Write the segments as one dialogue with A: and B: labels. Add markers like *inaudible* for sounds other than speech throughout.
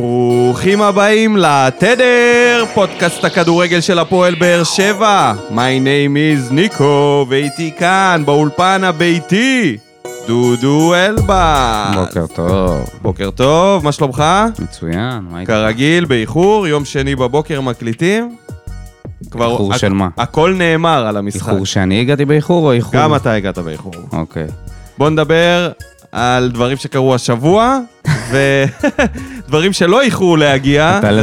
A: ברוכים הבאים לתדר, פודקאסט הכדורגל של הפועל באר שבע. My name is ניקו, ואיתי כאן, באולפן הביתי, דודו אלבאס.
B: בוקר טוב.
A: בוקר טוב, מה שלומך?
B: מצוין, מה איתך?
A: כרגיל, באיחור, יום שני בבוקר מקליטים. כבר-
B: איחור
A: הכ-
B: של מה?
A: הכל נאמר על המשחק.
B: איחור שאני הגעתי באיחור או איחור?
A: גם אתה הגעת באיחור.
B: אוקיי.
A: בוא נדבר על דברים שקרו
B: *laughs*
A: השבוע, *laughs* ודברים שלא איחרו להגיע,
B: אתה
A: אה, זה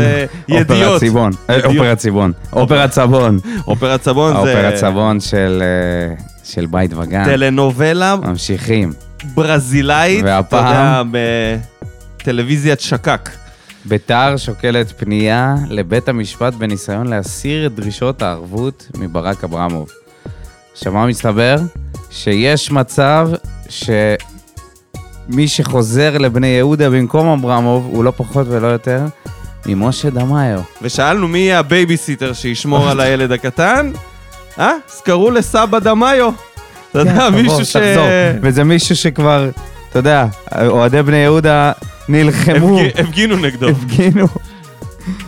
B: לנו- אופרת
A: ידיעות.
B: ציבון. אה,
A: ידיעות.
B: אופרת ציבון. אופרת צבון.
A: אופרת סבון
B: האופרת
A: זה
B: צבון של, אה, של בית וגן.
A: טלנובלה
B: ממשיכים.
A: ברזילאית, אתה
B: אה. והפעם?
A: יודע, בטלוויזיית שקק.
B: ביתר שוקלת פנייה לבית המשפט בניסיון להסיר את דרישות הערבות מברק אברמוב. עכשיו, מה מסתבר? שיש מצב שמי שחוזר לבני יהודה במקום אברמוב הוא לא פחות ולא יותר ממשה דמאיו.
A: ושאלנו מי יהיה הבייביסיטר שישמור על הילד הקטן, אה? אז קראו לסבא דמאיו. אתה יודע,
B: יאללה,
A: מישהו
B: תבוא,
A: ש...
B: תחזור. וזה מישהו שכבר, אתה יודע, אוהדי בני יהודה נלחמו,
A: הפגי- הפגינו נגדו.
B: הפגינו.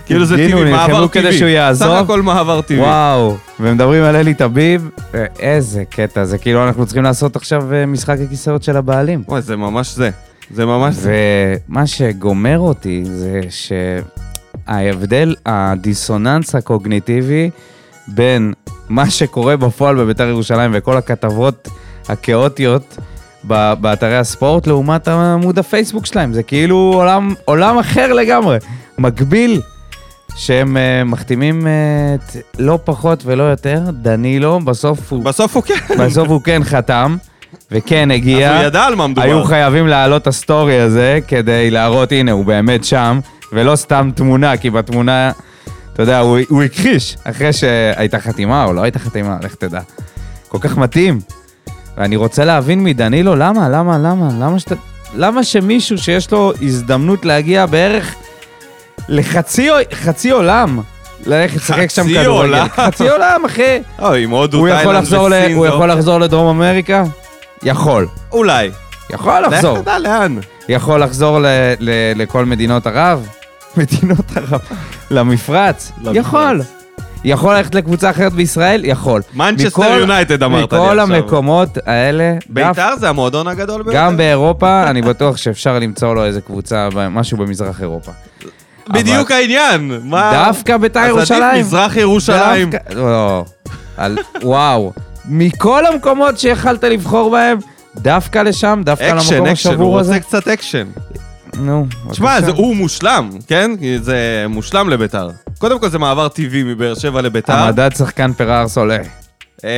A: כאילו זה
B: הפגינו,
A: טבעי,
B: נלחמו
A: מעבר
B: כדי
A: טבעי.
B: שהוא יעזוב.
A: סך הכל מעבר טבעי.
B: וואו, ומדברים על אלי טביב, אה, איזה קטע, זה כאילו אנחנו צריכים לעשות עכשיו אה, משחק הכיסאות של הבעלים.
A: וואי, זה ממש זה. זה ממש זה.
B: ומה שגומר אותי זה שההבדל, הדיסוננס הקוגניטיבי בין מה שקורה בפועל בביתר ירושלים וכל הכתבות הכאוטיות ב- באתרי הספורט לעומת עמוד הפייסבוק שלהם, זה כאילו עולם, עולם אחר לגמרי, מקביל. שהם uh, מחתימים אה, את לא פחות ולא יותר, דנילו, בסוף הוא,
A: בסוף הוא כן.
B: בסוף הוא כן חתם, וכן הגיע.
A: אז הוא ידע על מה
B: היו
A: מדובר.
B: חייבים להעלות את הסטורי הזה כדי להראות, הנה, הוא באמת שם, ולא סתם תמונה, כי בתמונה, אתה יודע, הוא, הוא הכחיש, אחרי שהייתה חתימה או לא הייתה חתימה, לך תדע. כל כך מתאים. ואני רוצה להבין מדנילו, למה, למה, למה, למה שאתה... למה שמישהו שיש לו הזדמנות להגיע בערך לחצי או- חצי עולם, ללכת לשחק שם
A: חצי
B: כדורגל?
A: עולם.
B: חצי עולם, אחי.
A: אוי, אה, עם הודו,
B: הוא
A: תאילנד
B: יכול לחזור ל-
A: וסין,
B: הוא
A: זה
B: יכול
A: אופציה.
B: לחזור לדרום אמריקה? יכול.
A: אולי.
B: יכול לחזור.
A: לך תדע לאן.
B: יכול לחזור ל- ל- לכל
A: *laughs*
B: מדינות ערב? מדינות ערב. למפרץ?
A: למפרץ.
B: יכול. יכול ללכת לקבוצה אחרת בישראל? יכול. מכל-
A: מנצ'סטר יונייטד אמרת לי
B: מכל
A: עכשיו.
B: המקומות האלה, דף-
A: ביתר זה המועדון הגדול ביותר.
B: גם באירופה, אני בטוח שאפשר למצוא לו איזה קבוצה, ב- משהו במזרח אירופה.
A: בדיוק העניין. מה...
B: דווקא בית"ר
A: אז
B: ירושלים.
A: עדיף מזרח ירושלים.
B: דווקא- לא. על- וואו. מכל המקומות שיכלת לבחור בהם, דווקא לשם, דווקא
A: אקשן,
B: למקום
A: אקשן, הוא
B: השבור הזה.
A: רוצה קצת אקשן.
B: נו,
A: תשמע,
B: בבקשה.
A: זה- הוא מושלם, כן? כי זה מושלם לביתר. קודם כל זה מעבר טבעי מבאר שבע לביתר.
B: המדד שחקן פרארס עולה.
A: אה,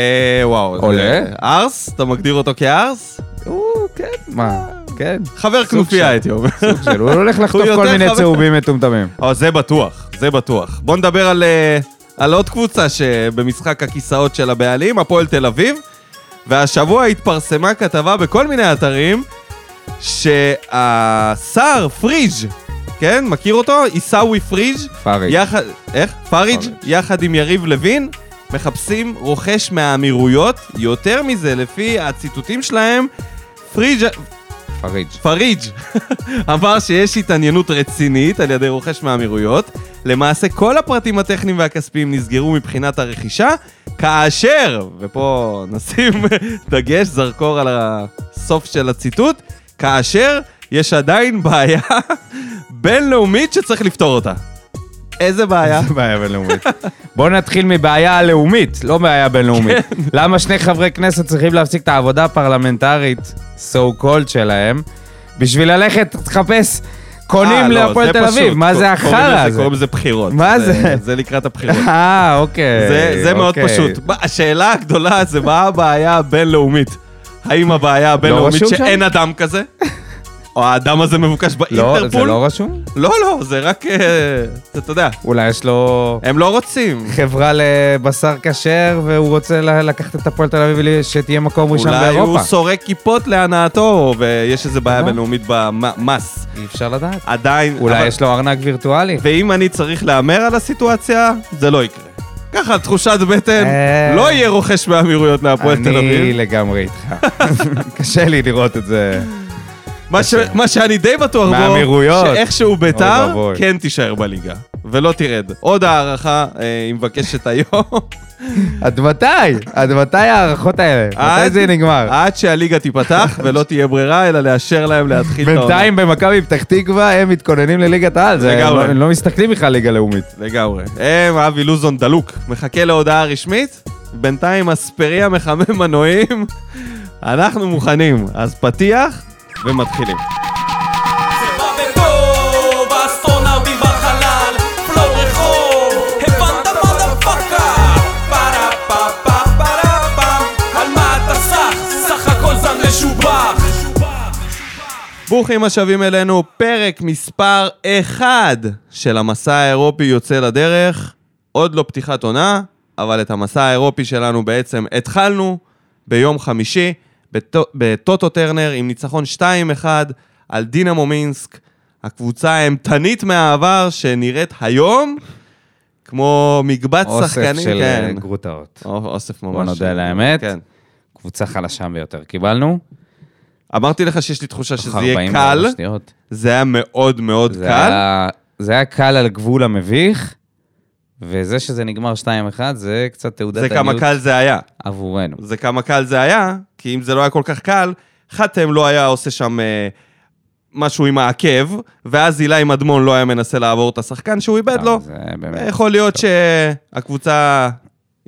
A: וואו. זה-
B: עולה?
A: ארס? אתה מגדיר אותו כארס?
B: הוא, כן, מה, כן,
A: חבר
B: סוג
A: כנופיה,
B: של-
A: הייתי אומר.
B: סוג של, הוא
A: *laughs*
B: הולך לחטוף
A: יותר
B: כל מיני
A: חבר-
B: צהובים מטומטמים.
A: אבל אה, זה בטוח, זה בטוח. בוא נדבר על, אה, על עוד קבוצה שבמשחק הכיסאות של הבעלים, הפועל תל אביב. והשבוע התפרסמה כתבה בכל מיני אתרים שהשר פריג', כן? מכיר אותו? עיסאווי פריג',
B: פארי.
A: יחד... איך? פריג',
B: פריג'.
A: יחד עם יריב לוין, מחפשים רוכש מהאמירויות. יותר מזה, לפי הציטוטים שלהם, פריג'
B: פריג'.
A: פריג' *laughs* אמר שיש התעניינות רצינית על ידי רוכש מהאמירויות. למעשה כל הפרטים הטכניים והכספיים נסגרו מבחינת הרכישה, כאשר, ופה נשים *laughs* דגש, זרקור על הסוף של הציטוט, כאשר יש עדיין בעיה *laughs* בינלאומית שצריך לפתור אותה. איזה בעיה?
B: זה בעיה בינלאומית. בואו נתחיל מבעיה הלאומית, לא בעיה בינלאומית.
A: כן.
B: למה שני חברי כנסת צריכים להפסיק את העבודה הפרלמנטרית, so called שלהם, בשביל ללכת, תחפש,
A: אה,
B: קונים
A: לא,
B: להפועל
A: זה
B: תל אביב,
A: פשוט.
B: מה זה
A: קוראים לזה-
B: החרא הזה?
A: קוראים לזה בחירות.
B: מה זה?
A: זה לקראת הבחירות.
B: אה, אוקיי.
A: זה, זה מאוד
B: אוקיי.
A: פשוט. מה- השאלה הגדולה זה מה הבעיה הבינלאומית. האם הבעיה הבינלאומית
B: לא רשום
A: שאין
B: שם?
A: אדם כזה? או האדם הזה מבוקש
B: לא, זה
A: באינטרפול?
B: לא רשום?
A: לא, לא, זה רק... אה, אתה אתה יודע,
B: אולי יש לו...
A: הם לא רוצים.
B: חברה לבשר כשר, והוא רוצה ל- לקחת את הפועל תל אביב ול- שתהיה מקום ראשון
A: אולי הוא
B: באירופה.
A: סורק כיפות להנאתו, ויש איזו בעיה
B: אה.
A: בינלאומית במס.
B: אי אפשר לדעת.
A: עדיין...
B: אולי
A: אבל-
B: יש לו ארנק וירטואלי.
A: ואם אני צריך להמר על הסיטואציה, זה לא יקרה. ככה, תחושת בטן,
B: אה.
A: לא יהיה רוכש מהאמירויות להפועל תל *laughs*
B: אני
A: אביב.
B: לגמרי איתך. קשה לי לראות את זה.
A: מה ש-
B: בסדר.
A: מה שאני די בטוח בו,
B: מהאמירויות.
A: שאיכשהו ביתר
B: אוי ואבוי.
A: כן תישאר בליגה, ולא תרד. עוד הערכה, אה, היא מבקשת
B: *laughs*
A: היום,
B: עד מתי? עד מתי ההערכות האלה?
A: עד-
B: מתי זה נגמר?
A: עד שהליגה תיפתח ולא תהיה ברירה, אלא לאשר להם להתחיל את העונה.
B: בינתיים במכבי פתח תקווה הם מתכוננים לליגת העל, זה-
A: לגמרי.
B: הם לא מסתכלים בכלל ליגה לאומית.
A: לגמרי. הם, אבי לוזון דלוק, מחכה להודעה רשמית, בינתיים אספריה מחמם מנועים, *laughs* אנחנו מוכנים. אז פתיח ומתחילים.
C: זה בא בטוב, האסטרונאוטים בחלל, פלואו רחוב, הבנת מה דפקה? פרה פה פה פרה פה, על מה אתה סח? סך הכל זן משובח.
A: ברוכים השבים אלינו, פרק מספר 1 של המסע האירופי יוצא לדרך. עוד לא פתיחת עונה, אבל את המסע האירופי שלנו בעצם התחלנו ביום חמישי בטו- בטוטו טרנר עם ניצחון 2-1 על דינמו מינסק, הקבוצה האימתנית מהעבר שנראית היום כמו מקבץ
B: אוסף
A: שחקנים.
B: של
A: כן.
B: אה, גרוטאות.
A: או- אוסף ממש.
B: בוא נודה
A: של-
B: על האמת.
A: כן.
B: קבוצה חלשה ביותר קיבלנו.
A: אמרתי לך שיש לי תחושה שזה
B: תוך
A: יהיה קל,
B: 44 שניות.
A: זה היה מאוד מאוד
B: זה
A: קל.
B: היה- זה היה קל על גבול המביך, וזה שזה נגמר 2-1 זה קצת תעודת
A: זה כמה
B: עניות
A: קל זה היה.
B: עבורנו.
A: זה כמה קל זה היה, כי אם זה לא היה כל כך קל, חתם לא היה עושה שם אה, משהו עם העקב, ואז אילי מדמון לא היה מנסה לעבור את השחקן שהוא איבד לו.
B: אבל זה באמת.
A: יכול להיות שהקבוצה,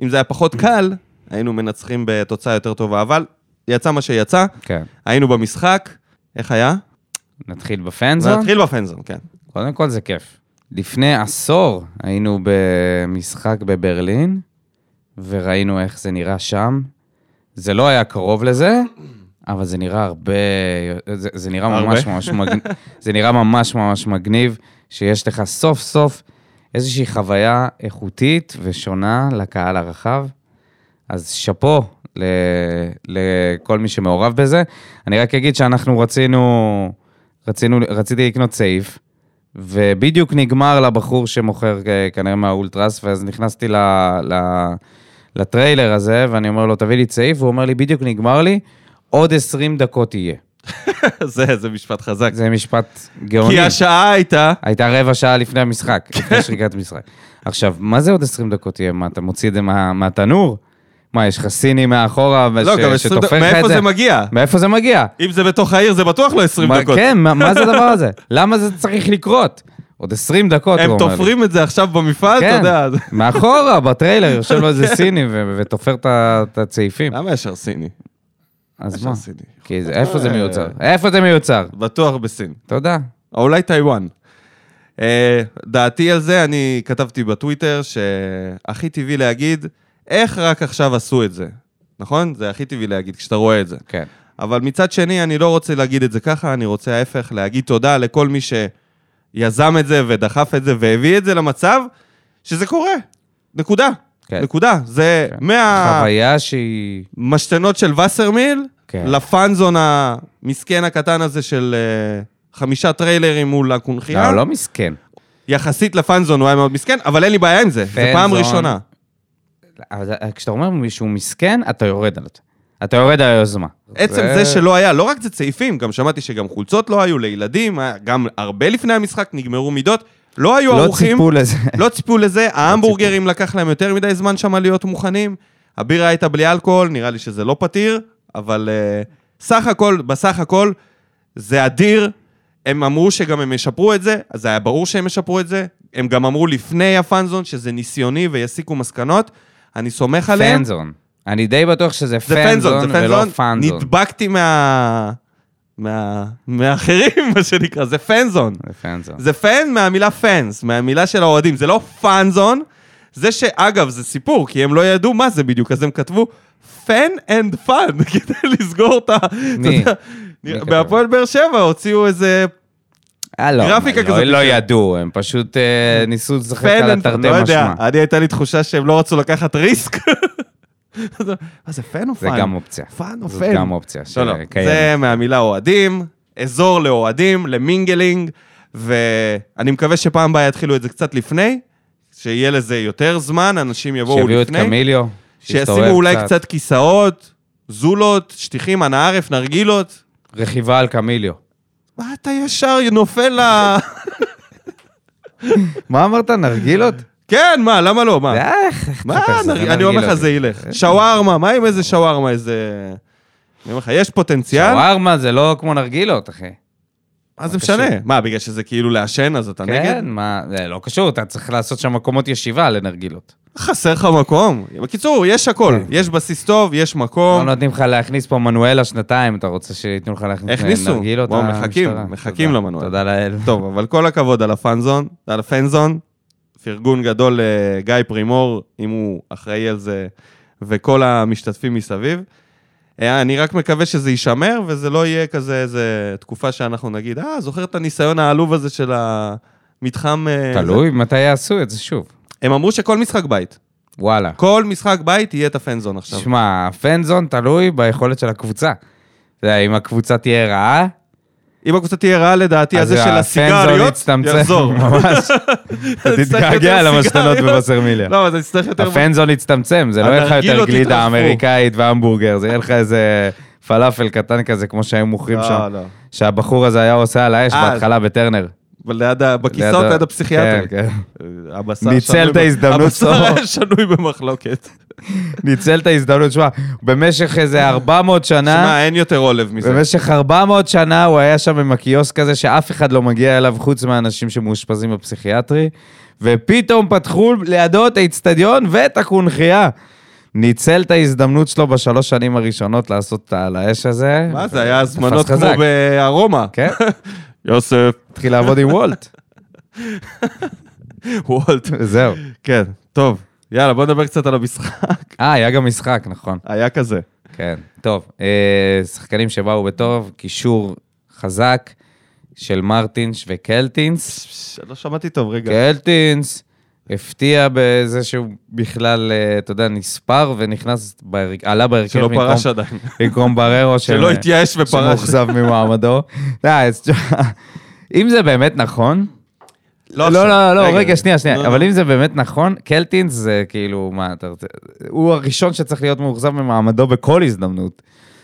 A: אם זה היה פחות קל, היינו מנצחים בתוצאה יותר טובה, אבל יצא מה שיצא,
B: כן.
A: היינו במשחק, איך היה?
B: נתחיל בפנזון.
A: נתחיל בפנזון, כן. *laughs*
B: קודם כל זה כיף. לפני עשור היינו במשחק בברלין, וראינו איך זה נראה שם. זה לא היה קרוב לזה, אבל זה נראה הרבה... זה, זה נראה
A: הרבה.
B: ממש ממש מגניב. זה נראה ממש ממש מגניב שיש לך סוף סוף איזושהי חוויה איכותית ושונה לקהל הרחב. אז שאפו ל- לכל מי שמעורב בזה. אני רק אגיד שאנחנו רצינו, רצינו, רציתי לקנות סעיף, ובדיוק נגמר לבחור שמוכר אה, כנראה מהאולטרס, ואז נכנסתי ל, ל, לטריילר הזה, ואני אומר לו, תביא לי צעיף, והוא אומר לי, בדיוק נגמר לי, עוד 20 דקות יהיה.
A: זה, זה משפט חזק.
B: זה משפט גאוני.
A: כי השעה הייתה...
B: הייתה רבע שעה לפני המשחק,
A: *laughs*
B: לפני שריקת משחק. עכשיו, מה זה עוד 20 דקות יהיה? מה, אתה מוציא את זה מה- מהתנור? מה, יש לך סיני מאחורה ש-
A: לא, גם 20 דקות,
B: שתופר לך
A: מאיפה
B: את זה?
A: זה מגיע?
B: מאיפה זה מגיע?
A: אם זה בתוך העיר, זה בטוח לא 20
B: מה-
A: דקות.
B: כן, מה- מה
A: *laughs*
B: זה הדבר הזה? למה זה צריך לקרות? עוד 20 דקות, הוא
A: הם
B: לא אומר לי. כן.
A: תופרים את זה עכשיו במפעל, אתה יודע. אז- *laughs*
B: מאחורה, בטריילר, יושב לו איזה סיני ו- ותופר את ה- את הצעיפים.
A: למה ישר סיני?
B: אז
A: ישר
B: מה?
A: אה, סיני. אה,
B: כי זה- איפה זה מיוצר? איפה זה מיוצר?
A: בטוח בסין.
B: תודה.
A: או אולי טיוואן. אה, דעתי על זה, אני כתבתי בטוויטר שהכי טבעי להגיד, איך רק עכשיו עשו את זה, נכון? זה הכי טבעי להגיד כשאתה רואה את זה.
B: כן.
A: אבל מצד שני, אני לא רוצה להגיד את זה ככה, אני רוצה ההפך, להגיד תודה לכל מי שיזם את זה ודחף את זה והביא את זה למצב שזה קורה. נקודה.
B: כן.
A: נקודה. זה
B: כן.
A: מה...
B: חוויה שהיא...
A: משתנות של וסרמיל,
B: כן.
A: לפאנזון המסכן הקטן הזה של אה, חמישה טריילרים מול הקונכייה.
B: לא, לא מסכן.
A: יחסית לפאנזון הוא היה מאוד מסכן, אבל אין לי בעיה עם זה, זו פעם
B: פאנזון.
A: ראשונה.
B: אבל זה- כשאתה אומר מישהו מסכן, אתה יורד על זה. אתה יורד על היוזמה.
A: עצם זה שלא היה, לא רק זה צעיפים, גם שמעתי שגם חולצות לא היו לילדים, היה- גם הרבה לפני המשחק נגמרו מידות, לא היו
B: לא
A: ערוכים,
B: ציפו לזה.
A: לא ציפו לזה, ההמבורגרים לקח להם יותר מדי זמן שם להיות מוכנים, הבירה הייתה בלי אלכוהול, נראה לי שזה לא פתיר, אבל אה, סך הכל, בסך הכל, זה אדיר. הם אמרו שגם הם ישפרו את זה, אז היה ברור שהם ישפרו את זה. הם גם אמרו לפני הפאנזון שזה ניסיוני ויסיקו מסקנות. אני סומך *laughs* עליהם.
B: פנזון. אני די בטוח שזה
A: זה פנזון,
B: פנזון
A: זה
B: ולא
A: פנזון.
B: פנזון.
A: נדבקתי מה... מה... מהאחרים, *laughs* מה שנקרא, זה פנזון.
B: זה פנזון.
A: זה פן מהמילה פאנס, מהמילה של האוהדים, זה לא פאנזון. זה שאגב, זה סיפור, כי הם לא ידעו מה זה בדיוק, אז הם כתבו פן אנד פאן, *laughs* כדי לסגור את ה... אתה
B: מי?
A: יודע,
B: מי כתב?
A: בהפועל באר שבע הוציאו איזה
B: אה, לא,
A: גרפיקה
B: לא-
A: כזאת.
B: לא ידעו, הם פשוט אה, ניסו לשחק
A: פן
B: על
A: אנד פאן,
B: התרתי
A: לא יודע,
B: משמע.
A: אני הייתה לי תחושה שהם לא רצו לקחת *laughs* ריסק. מה זה פן או
B: זה
A: פאן?
B: גם אופציה.
A: פאן או
B: זאת
A: פן?
B: גם אופציה
A: לא, לא,
B: שקיימת.
A: זה מהמילה אוהדים, אזור לאוהדים, למינגלינג, ואני מקווה שפעם הבאה יתחילו את זה קצת לפני, שיהיה לזה יותר זמן, אנשים יבואו
B: שיביאו את
A: לפני,
B: קמיליו.
A: שישימו
B: שיסתובב
A: אולי קצת כיסאות, זולות, שטיחים, אנא ערף, נרגילות,
B: רכיבה על קמיליו.
A: מה אתה ישר נופל ל...
B: *laughs* מה אמרת, נרגילות? אה,
A: כן, מה, למה לא? מה?
B: איך, איך
A: מה,
B: תחפש את זה,
A: נרג- אני אומר לך,
B: נרגילות.
A: זה ילך. שווארמה, מה עם איזה שווארמה, איזה... אני אומר לך, יש פוטנציאל,
B: שווארמה זה לא כמו נרגילות, אחי.
A: מה זה משנה?
B: קשור.
A: מה, בגלל שזה כאילו לעשן, אז אתה נגד?
B: כן, מה, זה לא קשור, אתה צריך לעשות שם מקומות ישיבה לנרגילות.
A: חסר לך מקום? בקיצור, יש הכל. יש בסיס טוב, יש
B: כן. לא
A: מקום.
B: נותנים לך להכניס פה מנואלה שנתיים, אתה רוצה שייתנו לך להכניס
A: הכניסו.
B: נרגילות?
A: וואו,
B: למשטרה?
A: מחכים, מחכים
B: תודה.
A: למנואלה.
B: תודה לאל.
A: טוב, אבל כל הכבוד על הפאנזון, על הפנזון. פרגון גדול לגיא פרימור, אם הוא אחראי על זה, וכל המשתתפים מסביב. אה, אני רק מקווה שזה יישמר, וזה לא יהיה כזה איזה תקופה שאנחנו נגיד, אה, זוכר את הניסיון העלוב הזה של המתחם... אה, זה?"
B: תלוי מתי יעשו את זה שוב.
A: הם אמרו שכל משחק בית.
B: וואלה.
A: כל משחק בית יהיה את הפנזון עכשיו.
B: שמע, הפנזון תלוי ביכולת של הקבוצה. אתה יודע, אם הקבוצה תהיה רעה,
A: אם הקבוצה תהיה רעה לדעתי,
B: אז
A: הזה של
B: הפנזון
A: הסיגריות,
B: יצטמצם.
A: יחזור. *laughs*
B: *laughs* ממש. אתה
A: נצטרך
B: תתגעגע
A: יותר
B: למשתנות
A: סיגריות.
B: בווסרמיליה.
A: לא, אבל זה יצטרך יותר...
B: הפנזון יצטמצם, זה לא יהיה לך יותר
A: הנרגילות
B: גלידה
A: יתרחבו.
B: אמריקאית והמבורגר, זה יהיה לך איזה פלאפל קטן כזה, כמו שהיו מוכרים
A: לא,
B: שם,
A: לא.
B: שהבחור הזה היה עושה על האש
A: אה,
B: בהתחלה בטרנר.
A: אבל ליד ה... בכיסאות ליד הפסיכיאטר. אה,
B: כן, כן. *laughs*
A: הבשר
B: ניצל
A: שנוי
B: את
A: ב-
B: ההזדמנות
A: הבשר
B: שלו.
A: היה שנוי במחלוקת.
B: ניצל את ההזדמנות, שמע, במשך איזה 400 שנה,
A: שמע, אין יותר עולב מזה.
B: במשך 400 שנה הוא היה שם עם הקיוסק הזה שאף אחד לא מגיע אליו חוץ מהאנשים שמאושפזים בפסיכיאטרי, ופתאום פתחו לידו את האיצטדיון ואת הקונכייה. ניצל את ההזדמנות שלו בשלוש שנים הראשונות לעשות את העל האש הזה.
A: מה זה, היה
B: ותפס
A: הזמנות כמו
B: חזק.
A: בארומה.
B: כן,
A: יוסף,
B: התחיל לעבוד עם וולט.
A: וולט.
B: זהו.
A: כן, טוב. יאללה, בוא נדבר קצת על המשחק.
B: אה, היה גם משחק, נכון.
A: היה כזה.
B: כן. טוב, אה, שחקנים שבאו בטוב, קישור חזק של מרטינש וקלטינס.
A: לא שמעתי טוב, רגע.
B: כן, קלטינס הפתיע בזה שהוא בכלל, אה, אתה יודע, נספר ונכנס, בהר- עלה בהרכב
A: שלא
B: במקום-
A: פרש עדיין.
B: במקום בררו,
A: *laughs*
B: ש-
A: שלא התייאש ופרש.
B: שמאוכזב ממעמדו. די, אז תשמע, אם זה באמת נכון, לא, לא, לא, רגע, שנייה,
A: לא,
B: שנייה,
A: לא.
B: אבל אם זה באמת נכון, קלטינס זה כאילו, מה, אתה רוצה, הוא הראשון שצריך להיות מאוכזב ממעמדו בכל הזדמנות.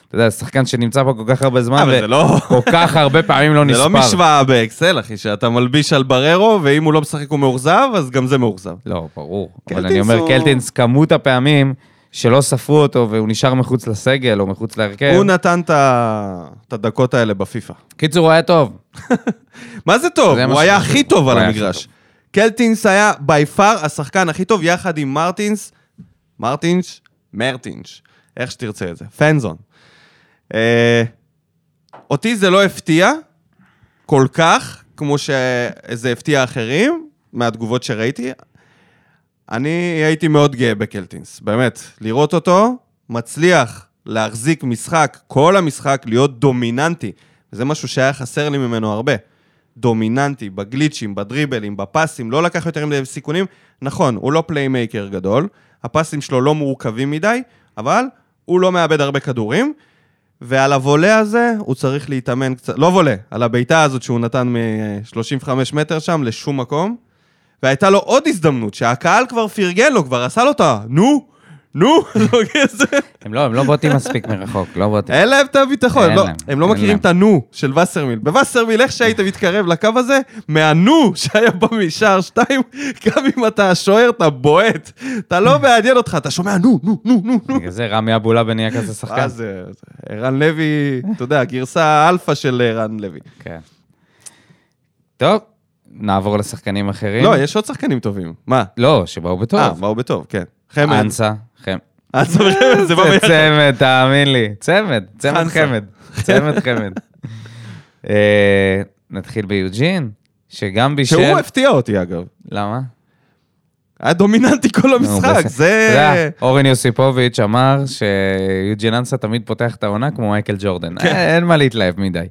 B: אתה יודע, שחקן שנמצא פה כל כך הרבה
A: אה,
B: זמן,
A: אבל זה לא...
B: וכל כך הרבה פעמים לא
A: זה
B: נספר.
A: לא משוואה באקסל, אחי, שאתה מלביש על בררו, ואם הוא לא משחק הוא מאוכזב, אז גם זה מאוכזב.
B: לא, ברור. אבל
A: קלטינס
B: אני אומר,
A: הוא-
B: קלטינס, כמות הפעמים שלא ספרו אותו והוא נשאר מחוץ לסגל או מחוץ להרכב.
A: הוא נתן את ה- את הדקות האלה בפיפא.
B: קיצור, הוא היה טוב.
A: מה זה טוב?
B: זה
A: הוא
B: מה
A: היה
B: שזה.
A: הכי טוב
B: הוא
A: על
B: היה הכי
A: המגרש. קלטינס היה בי פאר השחקן הכי טוב יחד עם מרטינס, מרטינש, מרטינש, איך שתרצה את זה, פנזון. אה, אותי זה לא הפתיע כל כך, כמו שזה הפתיע אחרים, מהתגובות שראיתי. אני הייתי מאוד גאה בקלטינס, באמת. לראות אותו מצליח להחזיק משחק, כל המשחק, להיות דומיננטי. וזה משהו שהיה חסר לי ממנו הרבה. דומיננטי, בגליצ'ים, בדריבלים, בפסים, לא לקח יותר מדי סיכונים. נכון, הוא לא פליימייקר גדול, הפסים שלו לא מורכבים מדי, אבל הוא לא מאבד הרבה כדורים, ועל הוולה הזה הוא צריך להתאמן קצת, לא וולה, על הבעיטה הזאת שהוא נתן מ-35 מטר שם לשום מקום, והייתה לו עוד הזדמנות שהקהל כבר פרגן לו, כבר עשה לו את ה... נו! נו, *laughs* לא כזה.
B: הם לא, הם לא בוטים מספיק מרחוק,
A: *laughs*
B: לא בוטים.
A: אין להם את הביטחון,
B: אין
A: לא,
B: להם,
A: הם לא
B: אין
A: מכירים
B: להם.
A: את הנו של וסרמיל. בווסרמיל, איך שהיית מתקרב לקו הזה, מהנו שהיה בא משער שתיים, גם אם אתה השוער, אתה בועט. אתה לא מעניין אותך, אתה שומע נו, נו, נו, נו, נו.
B: בגלל זה רמי אבולאבא נהיה כזה שחקן.
A: מה זה, זה- ערן לוי, אתה יודע, גרסה אלפא של ערן לוי.
B: כן. טוב, נעבור לשחקנים אחרים.
A: לא, יש עוד שחקנים טובים. מה?
B: לא, שבאו בטוב.
A: אה, באו בטוב, כן. חמד.
B: אנסה, חמד.
A: אנסה וחמד, זה בא
B: *laughs* זה
A: ביחד.
B: צמד, תאמין לי. צמד, צמד
A: חנסה.
B: חמד.
A: *laughs*
B: צמד חמד. אה, נתחיל ביוג'ין, שגם בישל...
A: שהוא הפתיע אותי, אגב.
B: למה?
A: היה דומיננטי כל
B: נו,
A: המשחק,
B: בסדר. אתה
A: זה...
B: יודע, אורן יוסיפוביץ' אמר שיוג'ין אנסה תמיד פותח את העונה כמו מייקל ג'ורדן.
A: כן.
B: אה, אין מה להתלהב מדי.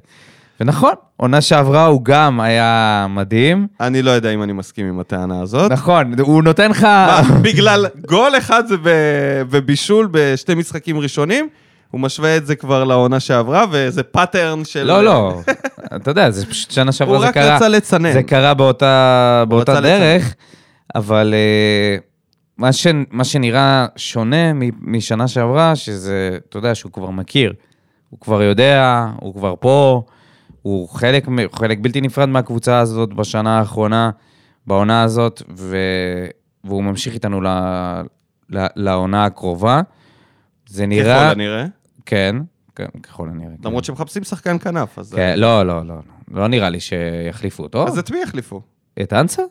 B: ונכון, עונה שעברה הוא גם היה מדהים.
A: אני לא יודע אם אני מסכים עם הטענה הזאת.
B: נכון, הוא נותן לך...
A: מה, בגלל גול אחד זה ב- ובישול בשתי משחקים ראשונים, הוא משווה את זה כבר לעונה שעברה, וזה פאטרן של...
B: לא, לא. אתה יודע, זה פשוט שנה
A: הוא
B: שעברה זה
A: רק
B: קרה.
A: רצה לצנן.
B: זה קרה באותה, באותה
A: רצה
B: דרך, אבל אה, מה, ש, מה שנראה שונה מ- משנה שעברה, שזה, אתה יודע, שהוא כבר מכיר. הוא כבר יודע, הוא כבר פה, הוא חלק, מ- חלק בלתי נפרד מהקבוצה הזאת בשנה האחרונה, בעונה הזאת, ו... והוא ממשיך איתנו ל... ל... לעונה הקרובה. זה נראה...
A: ככל הנראה.
B: כן, כן, ככל הנראה. כן.
A: למרות שמחפשים שחקן כנף, אז...
B: כן, לא, לא, לא, לא. לא נראה לי שיחליפו אותו.
A: אז את מי יחליפו?
B: את אנסה?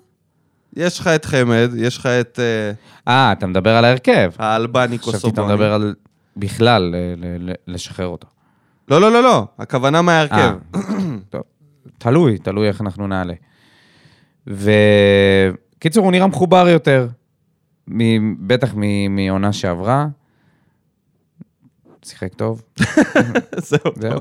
A: יש לך את חמד, יש לך את אה,
B: אה, אתה מדבר על ההרכב.
A: האלבני
B: חשבתי אתה
A: קוסובוני.
B: מדבר על בכלל ל- ל- ל- לשחרר אותו.
A: לא, לא, לא, לא, הכוונה
B: אה,
A: מההרכב.
B: טוב. תלוי, תלוי איך אנחנו נעלה. וקיצור, הוא נראה מחובר יותר, מ- בטח מ- מעונה שעברה. שיחק טוב.
A: *laughs* זהו.
B: זהו.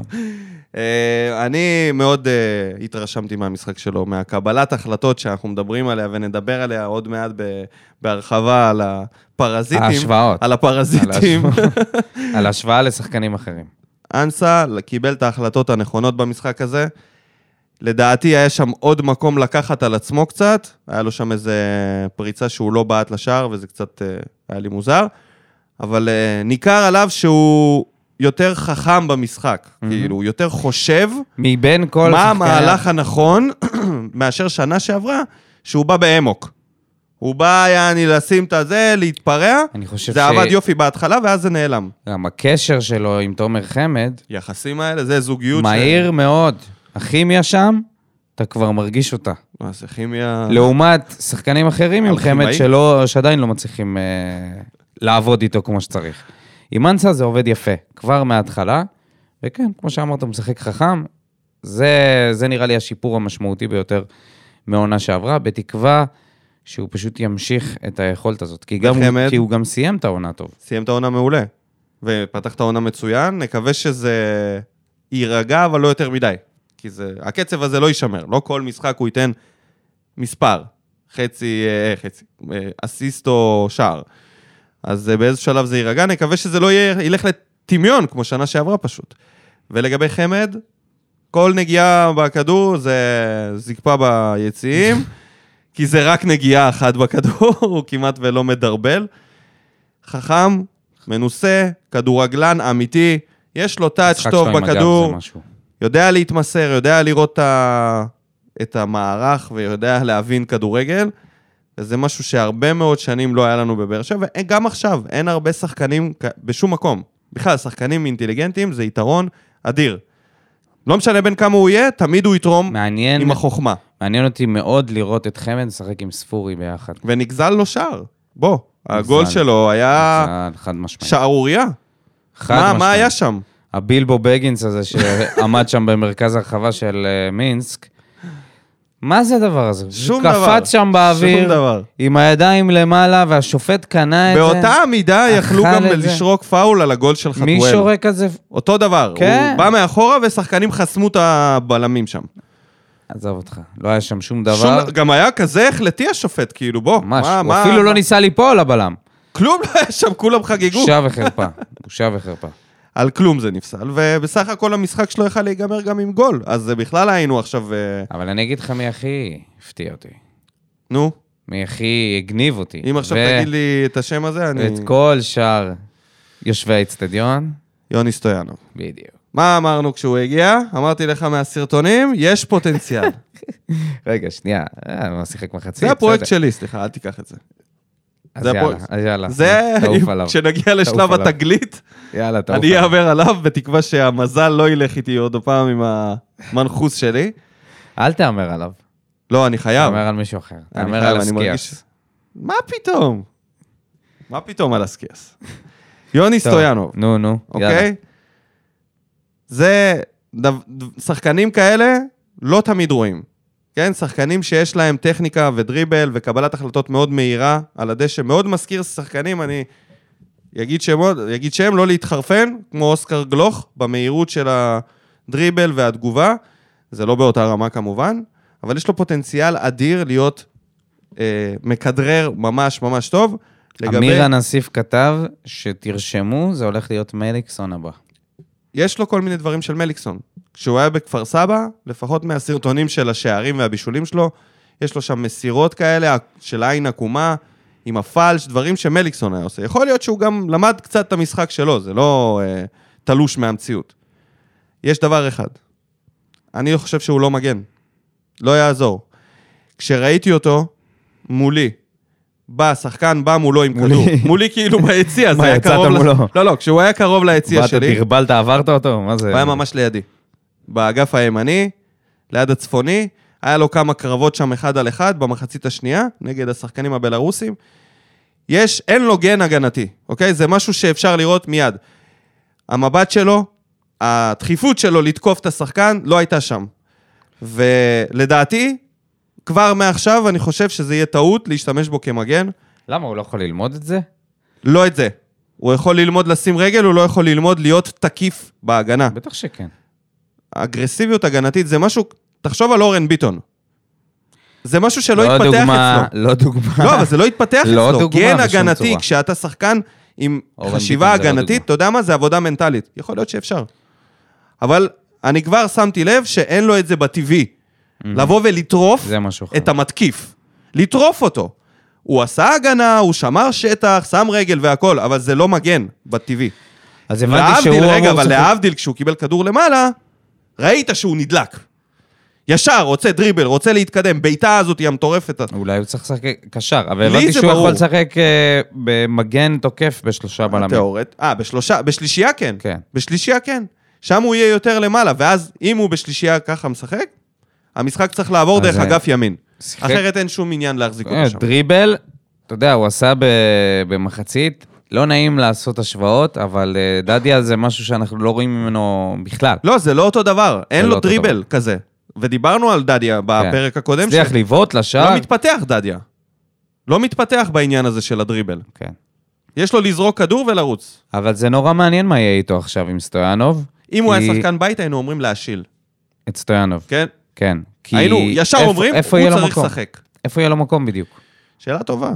A: אה, אני מאוד אה, התרשמתי מהמשחק שלו, מהקבלת החלטות שאנחנו מדברים עליה ונדבר עליה עוד מעט ב- בהרחבה על הפרזיטים.
B: ההשוואות.
A: על הפרזיטים.
B: על ההשוואה- *laughs* על השוואה לשחקנים אחרים.
A: *laughs* אנסה קיבל את ההחלטות הנכונות במשחק הזה. לדעתי היה שם עוד מקום לקחת על עצמו קצת, היה לו שם איזה פריצה שהוא לא בעט לשער וזה קצת אה, היה לי מוזר, אבל אה, ניכר עליו שהוא יותר חכם במשחק, כאילו, הוא יותר חושב
B: מבין כל
A: מה
B: שחקני-
A: המהלך הנכון *clears throat* מאשר שנה שעברה, שהוא בא באמוק. הוא בא, יעני, לשים את הזה, להתפרע,
B: אני חושב
A: זה עבד יופי בהתחלה ואז זה נעלם.
B: גם הקשר שלו עם תומר חמד,
A: יחסים האלה, זה זוגיות. ש-
B: מהיר מאוד. הכימיה שם, אתה כבר מרגיש אותה.
A: מה, זה כימיה...
B: לא- לעומת שחקנים אחרים עם חמד
A: נכון. אלכימאי?
B: שלא, שעדיין לא מצליחים אה, לעבוד איתו כמו שצריך. עם אנסה זה עובד יפה, כבר מההתחלה, וכן, כמו שאמרת, הוא משחק חכם. זה, זה נראה לי השיפור המשמעותי ביותר מהעונה שעברה, בתקווה שהוא פשוט ימשיך את היכולת הזאת. כי, גם,
A: וחמד?
B: הוא, כי הוא גם סיים את העונה טוב.
A: סיים את העונה מעולה. ופתח את העונה מצוין, נקווה שזה יירגע, אבל לא יותר מדי. כי זה... הקצב הזה לא יישמר, לא כל משחק הוא ייתן מספר. חצי, אה, חצי, אה, אסיסט או שער. אז אה, באיזה שלב זה יירגע, נקווה שזה לא יהיה, ילך לטמיון, כמו שנה שעברה פשוט. ולגבי חמד, כל נגיעה בכדור זה זקפה ביציעים, *laughs* כי זה רק נגיעה אחת בכדור, *laughs* הוא כמעט ולא מדרבל. חכם, מנוסה, כדורגלן אמיתי, יש לו טאץ'
B: המשחק
A: טוב
B: שלו עם הגב זה
A: בכדור,
B: משהו.
A: יודע להתמסר, יודע לראות את ה- את המערך ויודע להבין כדורגל. וזה משהו שהרבה מאוד שנים לא היה לנו בבאר שבע, וגם עכשיו, אין הרבה שחקנים כ- בשום מקום. בכלל, שחקנים אינטליגנטים זה יתרון אדיר. לא משנה בין כמה הוא יהיה, תמיד הוא יתרום
B: מעניין,
A: עם החוכמה.
B: מעניין אותי מאוד לראות את חמד משחק עם ספורי ביחד.
A: ונגזל לו שער. בוא, הגול
B: נגזל.
A: שלו היה
B: זה חד משמעית.
A: שערורייה.
B: חד
A: אה, מה, מה
B: משמעית.
A: היה שם?
B: הבילבו בגינס הזה שעמד שם במרכז הרחבה של אה, מינסק. מה זה הדבר הזה?
A: שום
B: הוא
A: דבר.
B: קפץ שם באוויר,
A: שום דבר.
B: עם הידיים למעלה, והשופט קנה את זה.
A: באותה המידה יכלו
B: אכל
A: גם
B: את זה.
A: לשרוק פאול על הגול של חתואל.
B: מי שורק על זה?
A: אותו דבר.
B: כן.
A: הוא בא מאחורה ושחקנים חסמו את הבלמים שם.
B: עזוב אותך, לא היה שם שום דבר.
A: שום, גם היה כזה החלטי השופט, כאילו, בוא.
B: ממש,
A: מה,
B: הוא
A: מה-
B: אפילו לא ניסה ליפול, הבלם.
A: כלום לא היה שם, כולם חגגו.
B: בושה וחרפה, בושה וחרפה.
A: על כלום זה נפסל, ובסך הכל המשחק שלו יכל להיגמר גם עם גול. אז זה בכלל היינו עכשיו... אה,
B: אבל אני אגיד לך מי הכי הפתיע אותי.
A: נו,
B: מי הכי הגניב אותי.
A: אם עכשיו
B: ו-
A: תגיד לי את השם הזה, אני...
B: את כל שאר יושבי האצטדיון,
A: יוני סטויאנוב.
B: בדיוק.
A: מה אמרנו כשהוא הגיע? אמרתי לך מהסרטונים, יש
B: *laughs*
A: פוטנציאל.
B: רגע, שנייה, אה, הוא שיחק מחצית.
A: זה הפרויקט
B: בסדר.
A: שלי, סליחה, אל תיקח את זה.
B: אז
A: זה
B: יאללה,
A: הפרויקט.
B: אז יאללה.
A: זה,
B: תעוף
A: אם-
B: אה, עליו.
A: כשנגיע לשלב
B: עליו.
A: התגלית,
B: יאללה, תעוף
A: אני
B: עליו.
A: אעבר עליו, בתקווה שהמזל לא ילך איתי עוד פעם עם המנחוס שלי.
B: אל תהמר עליו.
A: לא, אני חייב.
B: תהמר על מישהו אחר.
A: אני
B: תהמר
A: חייב,
B: על
A: אני
B: הסקיאס.
A: מרגיש- מה פתאום? מה פתאום על הסקיאס? יוני
B: טוב,
A: סטויאנוב,
B: נו, נו. יאללה.
A: אוקיי? זה, דו- דו- שחקנים כאלה לא תמיד רואים. כן, שחקנים שיש להם טכניקה ודריבל וקבלת החלטות מאוד מהירה על הדשא, מאוד מזכיר שחקנים, אני אגיד שמות, אגיד שהם, לא להתחרפן, כמו אוסקר גלוך, במהירות של הדריבל והתגובה. זה לא באותה רמה כמובן, אבל יש לו פוטנציאל אדיר להיות אה, מכדרר ממש ממש טוב. לגבי,
B: אמיר הנסיף כתב שתרשמו, זה הולך להיות מליקסון הבא.
A: יש לו כל מיני דברים של מליקסון. כשהוא היה בכפר סבא, לפחות מהסרטונים של השערים והבישולים שלו, יש לו שם מסירות כאלה של עין עקומה, עם הפלש, דברים שמליקסון היה עושה. יכול להיות שהוא גם למד קצת את המשחק שלו, זה לא אה, תלוש מהמציאות. יש דבר אחד, אני חושב שהוא לא מגן. לא יעזור. כשראיתי אותו, מולי. בא, שחקן בא מולו עם
B: מולי.
A: כדור. מולי כאילו ביציע, זה
B: מה,
A: היה
B: יצאת
A: קרוב... ל-
B: מולו?
A: לא, לא, כשהוא היה קרוב ליציע
B: מה, אתה
A: שלי,
B: תרבלת, עברת אותו? מה זה?
A: הוא היה ממש לידי. באגף הימני, ליד הצפוני, היה לו כמה קרבות שם אחד על אחד במחצית השנייה, נגד השחקנים הבלארוסים. יש, אין לו גן הגנתי, אוקיי? זה משהו שאפשר לראות מיד. המבט שלו, הדחיפות שלו לתקוף את השחקן, לא הייתה שם. ולדעתי, כבר מעכשיו אני חושב שזה יהיה טעות להשתמש בו כמגן.
B: למה, הוא לא יכול ללמוד את זה?
A: לא את זה. הוא יכול ללמוד לשים רגל, הוא לא יכול ללמוד להיות תקיף בהגנה.
B: בטח שכן.
A: אגרסיביות הגנתית זה משהו, תחשוב על אורן ביטון. זה משהו שלא
B: לא
A: התפתח
B: דוגמה- *laughs*
A: אצלו.
B: לא דוגמה.
A: לא, אבל זה לא התפתח
B: לא
A: אצלו.
B: דוגמה
A: גן
B: בשום
A: הגנתי,
B: צורה.
A: כשאתה שחקן עם
B: אורן
A: חשיבה
B: ביטון זה לא
A: הגנתית,
B: דוגמה.
A: אתה יודע מה? זה עבודה מנטלית. יכול להיות שאפשר. אבל אני כבר שמתי לב שאין לו את זה בטבעי. לבוא ולטרוף
B: Mm. זה משהו אחר.
A: את המתקיף. לטרוף אותו. הוא עשה הגנה, הוא שמר שטח, שם רגל והכול, אבל זה לא מגן בטבעי.
B: אז הבנתי שהוא
A: להבדיל,
B: אמור...
A: רגע, אבל
B: לשחק-
A: להבדיל, כשהוא קיבל כדור למעלה, ראית שהוא נדלק. ישר, רוצה דריבל, רוצה להתקדם, בעיטה הזאת היא המטורפת.
B: אולי הוא צריך לשחק קשר, אבל
A: לי
B: הבנתי
A: זה
B: שהוא
A: ברור.
B: יכול לשחק אה, במגן תוקף בשלושה בלמים.
A: תיאורט. אה, בשלושה, בשלישייה כן.
B: כן.
A: בשלישייה כן. שם הוא יהיה יותר למעלה, ואז אם הוא בשלישייה ככה משחק, המשחק צריך לעבור
B: אז
A: דרך
B: זה-
A: אגף ימין.
B: שיחק-
A: אחרת אין שום עניין להחזיק
B: אה,
A: אותו שם.
B: דריבל, אתה יודע, הוא עשה ב- במחצית, לא נעים לעשות השוואות, אבל אה, דדיה זה משהו שאנחנו לא רואים ממנו בכלל.
A: לא, זה לא אותו דבר, אין
B: זה לא
A: לו
B: אותו כן.
A: דריבל כזה. ודיברנו על דדיה בפרק הקודם,
B: הצליח לבעוט
A: לא
B: לשער.
A: מתפתח דדיה. לא מתפתח בעניין הזה של הדריבל.
B: כן.
A: יש לו לזרוק כדור ולרוץ.
B: אבל זה נורא מעניין מה יהיה איתו עכשיו עם סטויאנוב.
A: אם הוא היה
B: כי-
A: שחקן בית, היינו אומרים להשיל,
B: את סטויאנוב,
A: כן?
B: כן. כי
A: היינו ישר
B: איפה-
A: אומרים,
B: איפה יהיה
A: הוא
B: לו
A: צריך
B: מקום?
A: לשחק.
B: איפה יהיה לו מקום בדיוק?
A: שאלה טובה.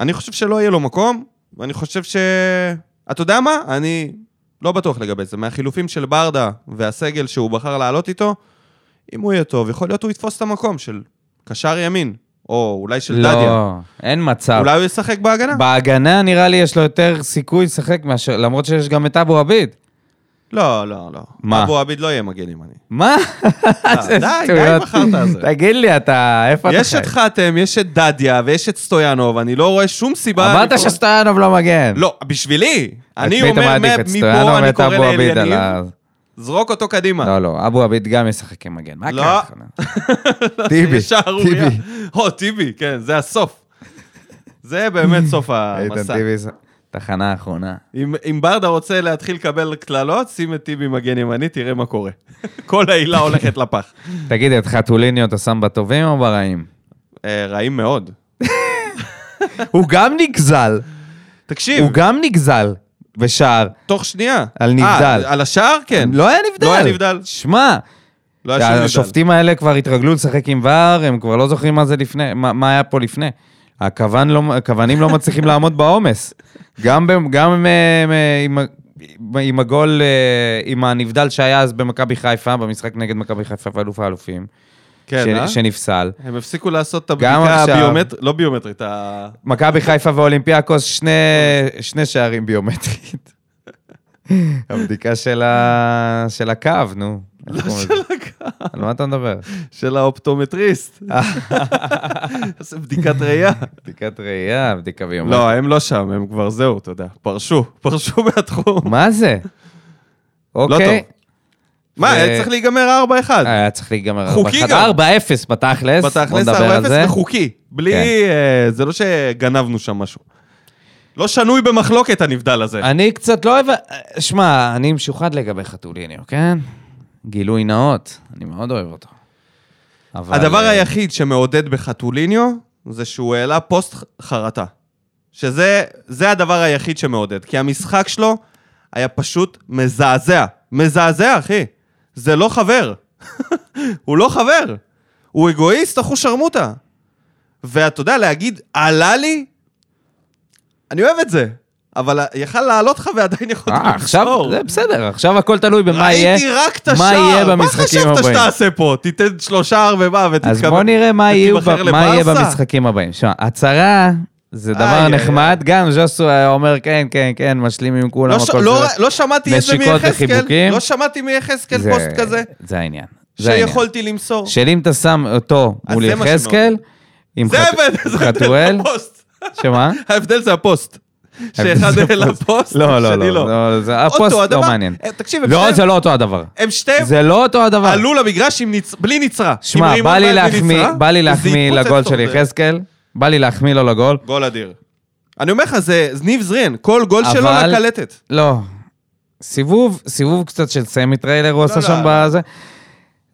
A: אני חושב שלא יהיה לו מקום, ואני חושב ש... אתה יודע מה? אני לא בטוח לגבי זה. מהחילופים של ברדה והסגל שהוא בחר לעלות איתו, אם הוא יהיה טוב, יכול להיות הוא יתפוס את המקום של קשר ימין, או אולי של דדיה.
B: לא, אין מצב.
A: אולי הוא ישחק בהגנה?
B: בהגנה נראה לי יש לו יותר סיכוי לשחק מאשר, למרות שיש גם את אבו עביד.
A: לא, לא, לא.
B: מה?
A: אבו עביד לא יהיה מגן ימני.
B: מה?
A: אה,
B: *laughs*
A: די, די בחרת על זה.
B: תגיד לי, אתה, איפה אתה
A: יש
B: חי?
A: את חתם, יש את דדיה ויש את סטויאנוב, אני לא רואה שום סיבה...
B: אמרת
A: לקרוא-
B: שסטויאנוב לא מגן.
A: לא, בשבילי. אני
B: מי אתה
A: אומר,
B: מעדיף?
A: מה-
B: את סטויאנוב
A: מפה אני
B: ואת
A: קורא
B: אבו עביד על
A: לאליניב,
B: ה-
A: זרוק אותו קדימה.
B: לא, לא, אבו עביד גם ישחק כמגן. מה
A: לא. *laughs*
B: קרה? טיבי,
A: ישר הוא
B: טיבי.
A: יהיה. *laughs* או, טיבי, כן, זה הסוף. זה
B: *laughs*
A: באמת סוף המסע.
B: איתן טיבי, זה- תחנה אחרונה.
A: אם, אם ברדה רוצה להתחיל לקבל קללות, שים את טיבי מגן ימני, תראה מה קורה. *laughs* כל העילה הולכת לפח.
B: תגיד, את חתוליניו אתה שם בטובים
A: *laughs*
B: או ברעים?
A: אה, רעים מאוד.
B: הוא גם נגזל.
A: תקשיב,
B: הוא גם נגזל בשער.
A: תוך שנייה.
B: על נבדל.
A: אה, על השער, כן.
B: לא היה נבדל.
A: לא היה נבדל.
B: שמע,
A: לא היה שום נבדל.
B: השופטים האלה כבר התרגלו לשחק עם ור, הם כבר לא זוכרים מה זה לפני, מה, מה היה פה לפני. הכוון לא, הכוונים לא מצליחים לעמוד בעומס. גם, ב, גם אה, אה, עם, ה- עם הגול, אה, עם הנבדל שהיה אז במכבי חיפה, במשחק נגד מכבי חיפה ואלוף האלופים,
A: כן,
B: ש-
A: אה?
B: שנפסל.
A: הם הפסיקו לעשות את
B: גם
A: הבדיקה
B: עכשיו.
A: הביומטרית, לא ביומטרית, ה...
B: מכבי חיפה ואולימפיאקוס, שני, שני שערים *laughs* ביומטרית. הבדיקה של, ה, של הקו, נו. לא של הקו. על מה אתה מדבר?
A: של *laughs* האופטומטריסט. זה בדיקת ראייה.
B: בדיקת ראייה, בדיקה ביומטרית.
A: לא, הם לא שם, הם כבר זהו, אתה יודע. פרשו, *laughs* פרשו מהתחום.
B: מה זה? אוקיי.
A: לא טוב. מה,
B: זה-
A: היה צריך להיגמר 4-1.
B: היה צריך להיגמר
A: חוקי
B: 4-1.
A: גם.
B: 4-0 בתכלס. בוא
A: בתכלס
B: נדבר על
A: 4-0
B: זה.
A: זה חוקי. בלי...
B: כן.
A: אה, זה לא שגנבנו שם משהו. לא שנוי במחלוקת הנבדל הזה.
B: אני קצת לא אוהב... שמע, אני משוחד לגבי חתוליניו, כן? גילוי נאות, אני מאוד אוהב אותו. אבל- אה,
A: הדבר היחיד שמעודד בחתוליניו, זה שהוא העלה פוסט חרטה. שזה זה הדבר היחיד שמעודד, כי המשחק שלו היה פשוט מזעזע. מזעזע, אחי. זה לא חבר. *laughs* הוא לא חבר. הוא אגואיסט, אחוש שרמוטה. ואתה יודע, להגיד, עלה לי? אני אוהב את זה. אבל יכל לעלות לך ועדיין יכולתי
B: אה, עכשיו, זה בסדר, עכשיו הכל תלוי במה יהיה.
A: ראיתי רק את השער.
B: מה יהיה במשחקים
A: מה חשבת
B: הבאים?
A: שתעשה פה? תיתן שלושה ארבעה ותתקבל.
B: אז בוא נראה מה יהיו ב-
A: ותיבחר
B: מה יהיה
A: לברסה?
B: במשחקים הבאים. שמע, הצהרה זה
A: איי,
B: דבר
A: איי,
B: נחמד, גם ז'וסו היה אומר כן, כן, כן, משלים עם
A: לא
B: כולם,
A: ש-
B: הכל
A: לא
B: זה.
A: ר- לא שמעתי את זה
B: נשיקות
A: מיחזקאל,
B: וחיבוקים.
A: לא שמעתי מיחזקאל
B: זה-
A: פוסט כזה.
B: זה העניין. זה העניין.
A: שיכולתי למסור.
B: של אם אתה שם אותו
A: אז
B: מול
A: זה מה
B: יחזקאל, עם
A: זה
B: חת-
A: ההבדל, זה ההבדל
B: חתואל,
A: בפוסט.
B: שמה?
A: ההבדל זה הפוסט.
B: ההבדל
A: שאחד
B: זה
A: העלה
B: הפוסט.
A: פוסט,
B: לא, לא,
A: השני
B: לא, לא. זה-
A: אותו
B: הפוסט לא
A: הדבר.
B: מעניין.
A: אה, תקשיב, הם
B: לא,
A: שניהם-
B: זה לא אותו הדבר.
A: הם שתיהם
B: זה לא אותו הדבר.
A: עלו למגרש עם ניצ- בלי נצרה. עם
B: שמע,
A: רימון
B: בא לי
A: ביד בלי
B: להחמיא,
A: נצרה,
B: בא לי
A: זה
B: להחמיא
A: התפוצץ
B: לגול
A: לו
B: של
A: בזה.
B: יחזקאל, בא לי להחמיא לו לגול.
A: גול אדיר. אני אומר לך, זה זה ניב זרין, כל גול שלו
B: אבל-
A: לקלטת.
B: לא. סיבוב, סיבוב קצת של סמי טריילר הוא עשה
A: לא,
B: שם
A: לא.
B: בזה.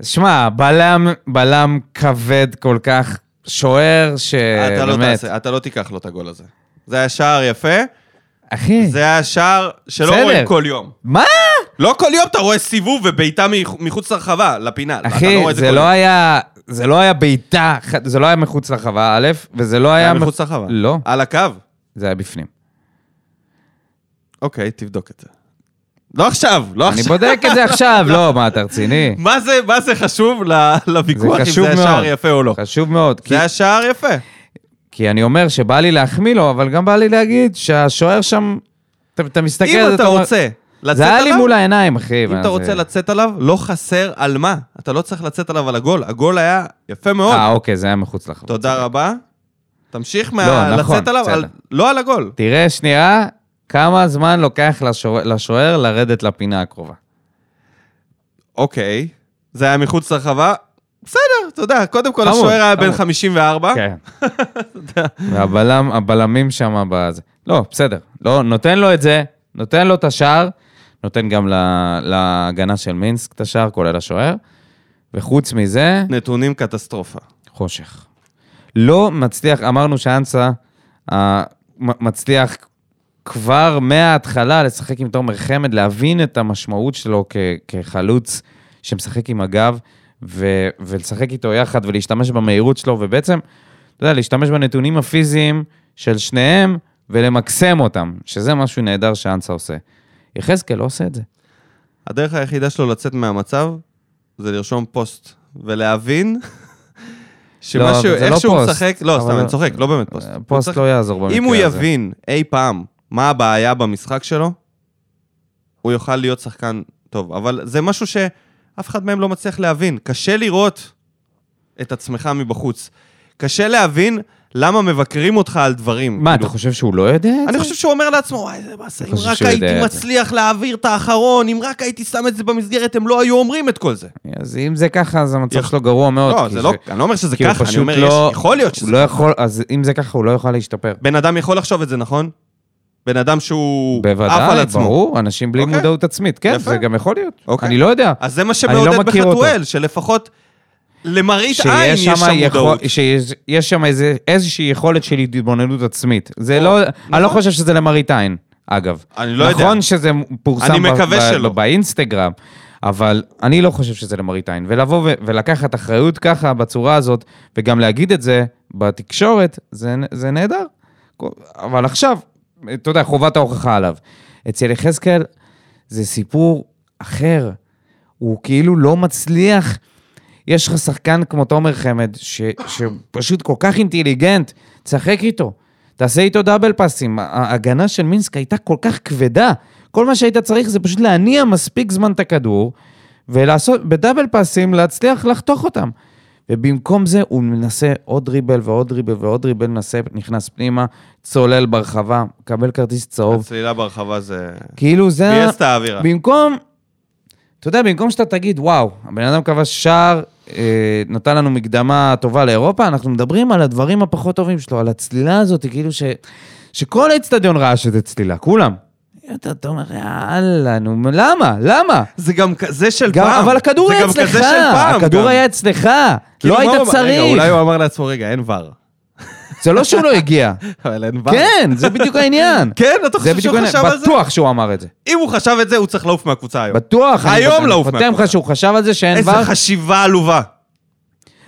B: שמע, בלם, בלם כבד כל כך, שוער אה,
A: אתה לא
B: שבאמת,
A: תעשה, אתה לא תיקח לו את הגול הזה. זה היה שער יפה,
B: אחי,
A: זה היה שער שלא
B: אה. בסדר.
A: רואים כל יום.
B: מה?
A: לא כל יום אתה רואה סיבוב ובעיטה מח- מחוץ לרחבה, לפינה. אתה לא רואה
B: אחי,
A: את
B: זה
A: כל
B: לא
A: יום.
B: היה, זה לא היה בעיטה, ח- זה לא היה מחוץ לחווה, א', וזה לא היה...
A: היה
B: מח-
A: מחוץ לרחבה.
B: לא,
A: על הקו?
B: זה היה בפנים.
A: אוקיי, תבדוק את זה. לא עכשיו, לא
B: אני
A: עכשיו.
B: בודק את זה עכשיו, לא, מה, אתה רציני?
A: מה זה- מה זה חשוב ל- לוויכוח אם
B: חשוב
A: זה היה
B: מאוד.
A: שער יפה או לא?
B: חשוב מאוד, כי-
A: זה היה שער יפה.
B: כי אני אומר שבא לי להחמיא לו, אבל גם בא לי להגיד שהשוער שם, אתה- אתה מסתכל,
A: אם אתה
B: אומר,
A: רוצה לצאת
B: זה היה לי
A: עליו,
B: מול העיניים, אחי.
A: אם אתה רוצה לצאת עליו, לא חסר על מה. אתה לא צריך לצאת עליו על הגול. הגול היה יפה מאוד.
B: אה, אוקיי, זה היה מחוץ לחברה.
A: תודה רבה. תמשיך מה...
B: לא, נכון,
A: לצאת עליו, על-
B: בסדר.
A: לא על הגול.
B: תראה שנייה כמה זמן לוקח לשוער- לשוער לרדת לפינה הקרובה.
A: אוקיי, זה היה מחוץ לרחבה. בסדר, אתה יודע, קודם כל
B: חמוד,
A: השוער היה בן
B: חמוד.
A: 54.
B: כן. והבלם, הבלמים שם בזה. לא, בסדר. לא, נותן לו את זה, נותן לו את השער, נותן גם לה- להגנה של מינסק את השער, כולל השוער. וחוץ מזה,
A: נתונים קטסטרופה.
B: חושך. לא מצליח, אמרנו שאנסה אה, מ- מצליח כבר מההתחלה לשחק עם תומר חמד, להבין את המשמעות שלו כ- כחלוץ שמשחק עם הגב, ו- ולשחק איתו יחד ולהשתמש במהירות שלו, ובעצם, אתה יודע, להשתמש בנתונים הפיזיים של שניהם ולמקסם אותם, שזה משהו נהדר שאנסה עושה. יחזקאל לא עושה את זה.
A: הדרך היחידה שלו לצאת מהמצב זה לרשום פוסט ולהבין *laughs*
B: לא, אבל
A: שמשהו,
B: זה לא
A: איך שהוא
B: פוסט.
A: משחק, לא, סתם,
B: אבל-
A: אני צוחק, לא באמת פוסט. הוא
B: פוסט
A: צריך-
B: לא יעזור במקרה הזה.
A: אם הוא יבין אי פעם מה הבעיה במשחק שלו, הוא יוכל להיות שחקן טוב. אבל זה משהו שאף אחד מהם לא מצליח להבין. קשה לראות את עצמך מבחוץ. קשה להבין למה מבקרים אותך על דברים.
B: מה,
A: כאילו,
B: אתה חושב שהוא לא יודע את זה?
A: אני חושב שהוא אומר לעצמו, וואי, זה באסה, אם
B: חושב
A: רק
B: שהוא יודע
A: הייתי
B: את זה."
A: מצליח להעביר את האחרון, אם רק הייתי שם את זה במסגרת, הם לא היו אומרים את כל זה. אז-
B: אז אם זה ככה, אז המצב
A: יכ-
B: שלו גרוע מאוד.
A: לא,
B: כי
A: זה לא, אני לא אומר שזה
B: כי הוא
A: ככה, אני
B: פשוט
A: אומר,
B: לא-
A: יש- יכול להיות
B: הוא
A: שזה...
B: לא יכול, אז אם זה ככה, הוא לא יוכל להשתפר.
A: בן אדם יכול לחשוב את זה, נכון? בן אדם שהוא עף על
B: בוודאי,
A: עצמו.
B: ברור, אנשים בלי
A: אוקיי.
B: מודעות עצמית. כן,
A: יפה.
B: זה גם יכול להיות.
A: אוקיי.
B: אני לא יודע.
A: אז זה מה
B: אני
A: שמעודד
B: לא מכיר
A: בחתואל, שלפחות למראית
B: שיש
A: עין יש שם
B: יכול-
A: מודעות.
B: שיש יש שם איזה- איזושהי יכולת של התבוננות עצמית. זה
A: או,
B: לא, אני לא
A: נכון.
B: חושב שזה למראית עין, אגב.
A: אני לא יודע.
B: נכון שזה פורסם
A: אני
B: ב-
A: מקווה
B: ב-
A: שלא.
B: ב- באינסטגרם, אבל אני לא חושב שזה למראית עין. ולבוא ו- ולקחת אחריות ככה, בצורה הזאת, וגם להגיד את זה בתקשורת, זה נ- זה נהדר. אבל עכשיו, אתה יודע, חובת ההוכחה עליו. אצל יחזקאל זה סיפור אחר. הוא כאילו לא מצליח. יש לך שחקן כמו תומר חמד, ש, שפשוט כל כך אינטליגנט, תשחק איתו. תעשה איתו דאבל פאסים. ההגנה של מינסק הייתה כל כך כבדה. כל מה שהיית צריך זה פשוט להניע מספיק זמן את הכדור, ולעשות, בדאבל פאסים, להצליח לחתוך אותם. ובמקום זה הוא מנסה עוד דריבל ועוד דריבל ועוד דריבל, מנסה, נכנס פנימה, צולל ברחבה, מקבל כרטיס צהוב.
A: הצלילה ברחבה זה...
B: כאילו זה... ה-
A: ביאס את האווירה.
B: במקום, אתה יודע, במקום שאתה תגיד, וואו, הבן אדם כבש שער, אה, נתן לנו מקדמה טובה לאירופה, אנחנו מדברים על הדברים הפחות טובים שלו, על הצלילה הזאת, כאילו ש... שכל האצטדיון ראה שזה צלילה, כולם. אתה אתה אומר, יאללה, נו, למה? למה?
A: זה גם כזה של
B: גם,
A: פעם.
B: אבל הכדור היה
A: זה גם
B: אצלך,
A: כזה של פעם.
B: הכדור
A: גם.
B: היה אצלך,
A: כאילו,
B: לא
A: מה
B: היית
A: הוא אמר? רגע,
B: צריך.
A: אולי הוא אמר לעצמו, רגע, אין ור. *laughs*
B: זה לא שהוא לא הגיע.
A: אבל אין ור.
B: כן, זה בדיוק העניין.
A: *laughs* כן, אתה
B: זה
A: חושב
B: בדיוק
A: שהוא חשב
B: העניין,
A: על זה?
B: בטוח שהוא אמר את זה.
A: אם הוא חשב את זה, הוא צריך לעוף מהקבוצה היום.
B: בטוח. אני-
A: היום
B: אני
A: לעוף
B: חותם
A: מהקבוצה.
B: לך שהוא חשב על זה שאין
A: איזה
B: ור.
A: חשיבה עלובה.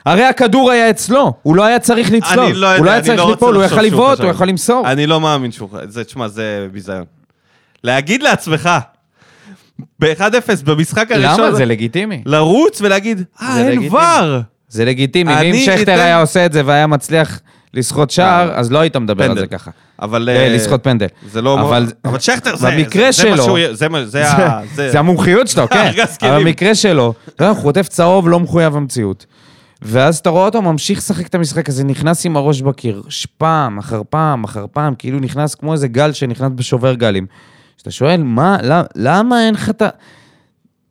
B: הרי הכדור היה אצלו, הוא לא היה צריך לצלול.
A: אני לא יודע,
B: הוא לא היה
A: אני
B: צריך
A: לא רוצה
B: ליפול, הוא
A: לחשוב
B: יכל
A: שהוא
B: לבעוט,
A: חשב
B: הוא
A: על
B: יכל
A: זה.
B: למסור.
A: אני לא מאמין שהוא... ח- זה, תשמע, זה ביזיון. להגיד לעצמך, ב-1-0, במשחק הראשון...
B: למה? זה לגיטימי.
A: לרוץ ולהגיד, אה,
B: זה
A: אין
B: לגיטימי.
A: ור.
B: זה לגיטימי,
A: אני
B: אם שכטר
A: אתן-
B: היה עושה את זה והיה מצליח לסחוט שער, אז לא היית מדבר על
A: אה, פנדל.
B: זה ככה.
A: אבל...
B: אה,
A: אה,
B: לסחוט פנדל.
A: זה לא...
B: אבל-
A: אבל שכטר זה...
B: במקרה
A: זה מה
B: שלו-
A: שהוא- זה מה... זה ה... זה... כאילו.
B: זה
A: *laughs*
B: המומחיות שלו, כן.
A: ארגז כלים.
B: אבל במקרה שלו, אתה יודע, הוא חוטף צהוב, לא מחויב המציאות. ואז אתה רואה אותו ממשיך לשחק את המשחק הזה, נכנס עם הראש בקיר, ש- פעם אחר פעם אחר פעם, כאילו נכנס כמו איזה גל שנכנס בשובר גלים. שאתה שואל, מה, למה, למה אין לך את ה...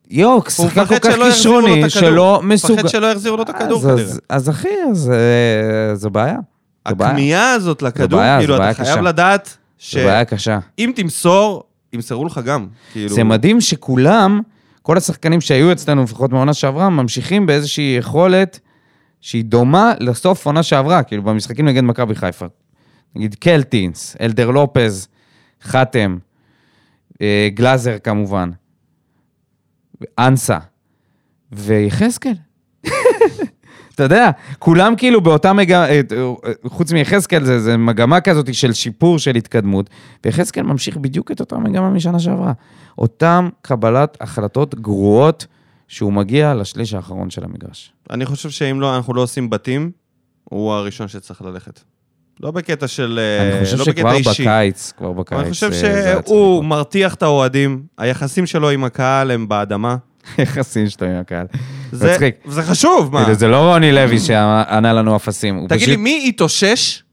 B: יוק,
A: הוא
B: שחקן
A: מפחד
B: כל כך
A: שלא יחזירו לו את
B: כישרוני,
A: הכדור.
B: שלא
A: הוא
B: מסוגל...
A: מפחד שלא יחזירו לו את הכדור
B: אז- אז-
A: כנראה.
B: אז אחי, אז אה, זו בעיה. זו בעיה.
A: הכמיהה הזאת לכדור,
B: בעיה,
A: כאילו,
B: זו
A: אתה
B: בעיה
A: חייב
B: קשה.
A: לדעת
B: זו בעיה קשה.
A: שאם תמסור, ימסרו לך גם. כאילו...
B: זה מדהים שכולם, כל השחקנים שהיו אצלנו, לפחות מהעונה שעברה, ממשיכים באיזושהי יכולת שהיא דומה לסוף עונה שעברה, כאילו במשחקים נגד מכבי חיפה. נגיד קלטינס, אלדר לופז, חתם, אה, גלאזר כמובן, אנסה, ויחזקאל. *laughs* אתה יודע, כולם כאילו באותה מגמה, אה, אה, חוץ מיחזקאל, זה, זה מגמה כזאת של שיפור, של התקדמות, ויחזקאל ממשיך בדיוק את אותה מגמה משנה שעברה. אותם קבלת החלטות גרועות שהוא מגיע לשליש האחרון של המגרש.
A: אני חושב שאם לא, אנחנו לא עושים בתים, הוא הראשון שצריך ללכת. לא בקטע של... אה,
B: אני חושב
A: לא
B: שכבר
A: בקטע אישי.
B: בקיץ, כבר בקיץ.
A: אני חושב
B: אה, זה היה *laughs* צריך לקרות.
A: שהוא מרתיח את האוהדים, היחסים שלו עם הקהל הם באדמה.
B: יחסים שלו עם הקהל.
A: זה-
B: מצחיק.
A: זה חשוב, מה?
B: כאילו, זה לא רוני לוי שענה לנו אפסים, הוא
A: תגיד לי,
B: פשוט
A: מי התאושש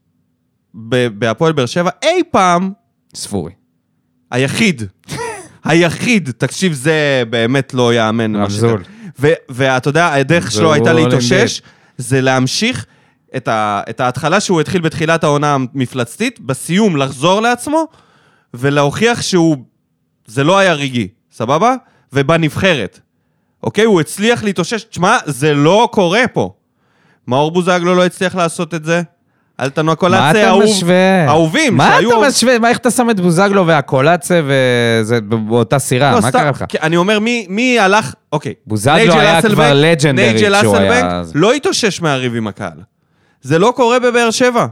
A: ב- בהפועל באר שבע אי פעם
B: ספורי. *laughs*
A: היחיד? היחיד, תקשיב, זה באמת לא יאמן. מה שקרה.
B: רמזול.
A: ו- ואתה יודע, הדרך שלו
B: והוא
A: הייתה
B: לא
A: להתאושש, זה להמשיך את, ה- את ההתחלה שהוא התחיל בתחילת העונה המפלצתית, בסיום לחזור לעצמו, ולהוכיח שהוא, זה לא היה רגעי, סבבה? ובנבחרת. אוקיי? הוא הצליח להתאושש. תשמע, זה לא קורה פה. מאור בוזגלו לא הצליח לעשות את זה. אל תנוע
B: מה
A: קולאצה,
B: אתה
A: אהוב.
B: משווה?
A: אהובים
B: מה
A: שהיו-
B: אתה משווה? מה, איך אתה שם את בוזגלו והקולאצה וזה באותה סירה?
A: לא,
B: אה, מה
A: סתם,
B: קרה לך?
A: כי אני אומר, מי, מי הלך... אוקיי.
B: בוזגלו
A: נייג'ל
B: היה
A: אסלבנק-
B: כבר לג'נדרי
A: נייג'ל
B: כשהוא היה-
A: אסלבנק לא התאושש מהריב עם הקהל. זה לא קורה בבאר שבע.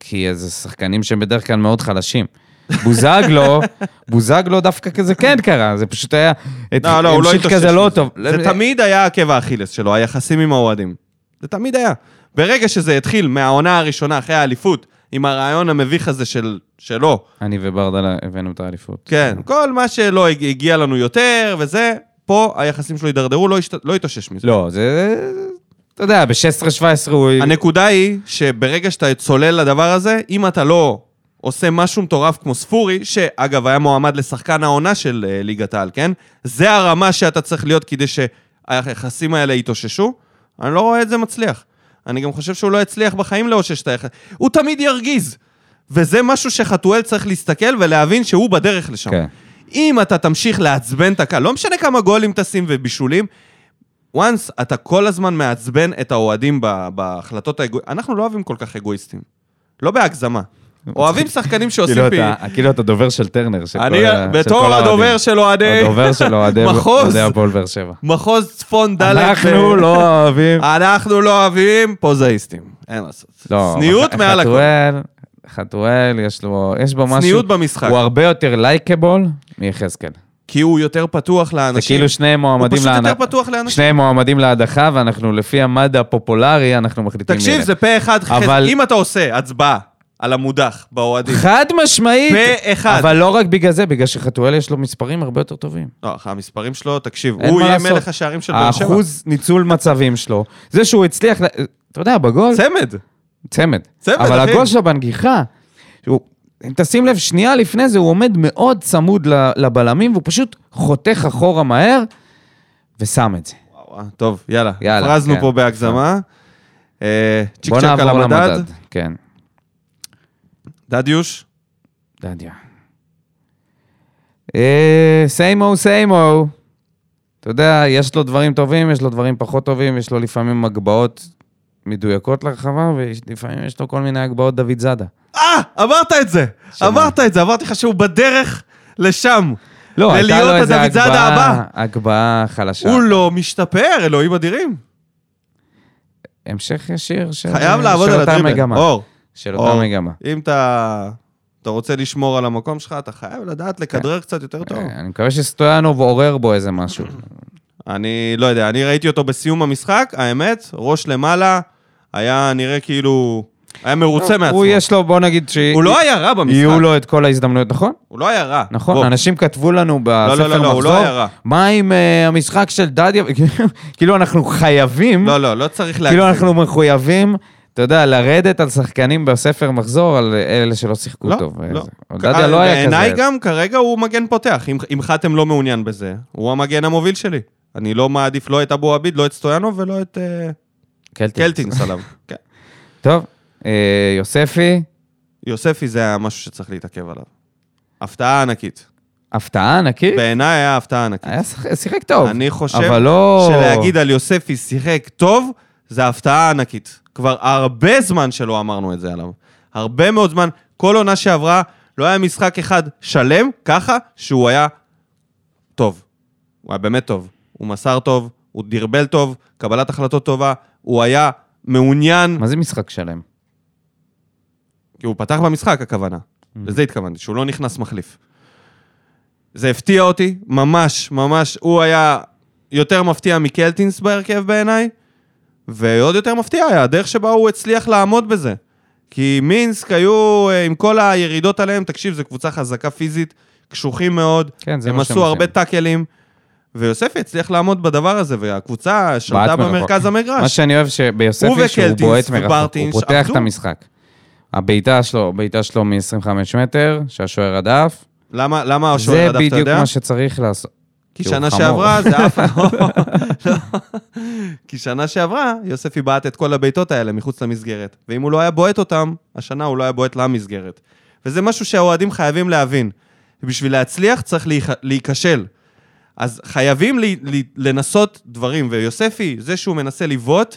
B: כי זה שחקנים שהם בדרך כלל מאוד חלשים.
A: *laughs*
B: בוזגלו, בוזגלו דווקא כזה כן קרה, זה פשוט היה... את-
A: לא, לא, הוא לא
B: המשיך
A: התאושש.
B: כזה לא
A: מזה.
B: טוב.
A: זה תמיד היה עקב האכילס שלו, היחסים עם האוהדים. זה תמיד היה. ברגע שזה התחיל מהעונה הראשונה, אחרי האליפות, עם הרעיון המביך הזה של, שלו,
B: אני וברדלה הבאנו את האליפות.
A: כן, כל מה שלא הג- הגיע לנו יותר וזה, פה היחסים שלו הידרדרו, לא, השת... לא התאושש מזה.
B: לא, זה... אתה יודע, ב-16-17 הוא...
A: הנקודה היא שברגע שאתה צולל לדבר הזה, אם אתה לא עושה משהו מטורף כמו ספורי, שאגב, היה מועמד לשחקן העונה של אה, ליגת העל, כן? זה הרמה שאתה צריך להיות כדי שהיחסים האלה יתאוששו. אני לא רואה את זה מצליח. אני גם חושב שהוא לא יצליח בחיים לאושש את היחס. הוא תמיד ירגיז. וזה משהו שחתואל צריך להסתכל ולהבין שהוא בדרך לשם.
B: כן.
A: אם אתה תמשיך לעצבן את הקהל, לא משנה כמה גולים תשים ובישולים, once אתה כל הזמן מעצבן את האוהדים ב- בהחלטות האגואיסטיות. אנחנו לא אוהבים כל כך אגואיסטים. לא בהגזמה. אוהבים שחקנים שעושים
B: כאילו
A: פי...
B: אתה- כאילו אתה דובר של טרנר, של כל
A: לא אני,
B: ה- של כל
A: בתור
B: האוהדים. *laughs*
A: הדובר של אוהדי...
B: הדובר של אוהדי
A: *laughs* מחוז. אה,
B: אוהדי הפועל באר שבע.
A: *laughs* מחוז צפון ד'
B: אנחנו
A: ב-
B: לא
A: *laughs*
B: אוהבים...
A: אנחנו לא אוהבים פוזאיסטים. אין מה לעשות.
B: לא,
A: צניעות
B: ח-
A: מעל הכל.
B: חתואל, חתואל, יש לו... יש בו משהו...
A: צניעות במשחק.
B: הוא הרבה יותר לייקבול מיחזקאל.
A: כי הוא יותר פתוח
B: זה
A: לאנשים.
B: כאילו שניהם מועמדים
A: פשוט
B: להנ-
A: יותר פתוח לאנשים.
B: שניהם מועמדים להדחה, ואנחנו לפי המד הפופולרי, אנחנו מחליטים... מי
A: תקשיב,
B: ילך.
A: זה פה אחד. חס-
B: אבל-
A: אם אתה עושה הצבעה על המודח
B: *laughs*
A: באוהדים...
B: חד משמעית!
A: פה אחד.
B: אבל לא רק בגלל זה, בגלל שחתואל יש לו מספרים הרבה יותר טובים.
A: לא, המספרים שלו, תקשיב,
B: אין
A: הוא
B: מה
A: יהיה
B: לעשות.
A: מלך השערים של באר שבע.
B: האחוז ניצול מצבים שלו, זה שהוא הצליח, ל- אתה יודע, בגול,
A: צמד.
B: צמד.
A: צמד,
B: אבל
A: אחי.
B: הגול שלו בנגיחה, שהוא, אם תשים לב, שנייה לפני זה הוא עומד מאוד צמוד ל- לבלמים, והוא פשוט חותך אחורה מהר, ושם את זה.
A: וואו, טוב, יאללה.
B: יאללה,
A: הפרזנו
B: כן.
A: פה בהגזמה. אה, צ'יק
B: בוא
A: צ'ק על
B: נעבור
A: המדד.
B: למדד. כן,
A: דדיוש.
B: דדיה. אה, סיימו, סיימו. אתה יודע, יש לו דברים טובים, יש לו דברים פחות טובים, יש לו לפעמים הגבהות מדויקות לרחבה, ולפעמים יש לו כל מיני הגבהות דוד זאדה.
A: אה, אמרת את זה.
B: שמה?
A: אמרת את זה, אמרתי לך שהוא בדרך לשם.
B: לא, הייתה
A: ולהיות
B: לו איזה
A: הדוד זאדה
B: הגבהה,
A: הבא.
B: הגבהה חלשה.
A: הוא לא משתפר, אלוהים אדירים.
B: המשך ישיר של
A: חייב לעבוד
B: של
A: על
B: אה, אותה
A: הדריבל.
B: מגמה.
A: אור,
B: של
A: אור.
B: אותה מגמה.
A: אם אתה... אתה רוצה לשמור על המקום שלך, אתה חייב לדעת לכדרר קצת יותר טוב.
B: אה, אני מקווה שסטויאנוב עורר בו איזה משהו.
A: אני לא יודע, אני ראיתי אותו בסיום המשחק, האמת, ראש למעלה, היה נראה כאילו... היה מרוצה מעצמו.
B: הוא יש לו, בוא נגיד שהיא-
A: הוא לא היה רע
B: יהיו
A: במשחק.
B: לו את כל ההזדמנויות, נכון?
A: הוא לא היה רע. בוא.
B: נכון, אנשים כתבו לנו
A: לא, לא,
B: בספר
A: לא, הוא לא
B: מחזור,
A: היה רע.
B: מה עם אה, המשחק של דדיה, *laughs* כאילו אנחנו חייבים,
A: לא, לא, לא צריך להגזים.
B: כאילו אנחנו מחויבים, אתה יודע, לרדת על שחקנים בספר מחזור, על אלה שלא שיחקו
A: לא,
B: טוב.
A: לא.
B: אבל דדיה לא היה כזה.
A: בעיניי גם, כרגע הוא מגן פותח. אם- אם חתם לא מעוניין בזה, הוא המגן המוביל שלי. אני לא מעדיף לא את אבו עביד, לא את סטויאנו ולא את אה,
B: קלטינס.
A: קלטינס
B: *laughs*
A: עליו. כן.
B: טוב, אה, יוספי,
A: יוספי זה היה משהו שצריך להתעכב עליו. הפתעה ענקית.
B: הפתעה ענקית.
A: בעיניי היה הפתעה ענקית.
B: היה שח- שיחק טוב.
A: אני חושב
B: אבל לא...
A: שלהגיד על יוספי שיחק טוב, זה הפתעה ענקית. כבר הרבה זמן שלא אמרנו את זה עליו. הרבה מאוד זמן, כל עונה שעברה, לא היה משחק אחד שלם, ככה, שהוא היה טוב. הוא היה באמת טוב. הוא מסר טוב, הוא דרבל טוב, קבלת החלטות טובה, הוא היה מעוניין,
B: מה זה משחק שלם?
A: כי הוא פתח במשחק, הכוונה.
B: Mm-hmm.
A: לזה התכוונתי, שהוא לא נכנס מחליף. זה הפתיע אותי, ממש, ממש. הוא היה יותר מפתיע מקלטינס בהרכב בעיניי, ועוד יותר מפתיע היה הדרך שבה הוא הצליח לעמוד בזה. כי מינסק היו, אה, עם כל הירידות עליהם, תקשיב, זו קבוצה חזקה פיזית, קשוחים מאוד,
B: כן, זה
A: הם
B: מה שהם
A: עשו הרבה
B: עושים.
A: טאקלים, ויוספי הצליח לעמוד בדבר הזה, והקבוצה שלטה
B: בעט מרחוק.
A: במרכז
B: נכון. מה
A: המגרש.
B: שאני אוהב שביוספי, שהוא
A: וקלטינס
B: בועט מרחוק, הוא
A: וברטינש
B: פותח את
A: עבדו.
B: המשחק. הבעיטה שלו, הבעיטה שלו מ-25 מטר, שהשוער הדף.
A: למה למה השוער
B: זה
A: הדף, אתה יודע?
B: בדיוק מה שצריך לעשות.
A: כי
B: כי הוא
A: שנה
B: חמור.
A: שעברה זה
B: *laughs*
A: אף לא. כי שנה שעברה יוספי בעט את כל הבעיטות האלה מחוץ למסגרת. ואם הוא לא היה בועט אותם, השנה הוא לא היה בועט למסגרת. וזה משהו שהאוהדים חייבים להבין. בשביל להצליח צריך להיכ... להיכשל. אז חייבים לי... לי... לנסות דברים. ויוספי, זה שהוא מנסה לבעוט,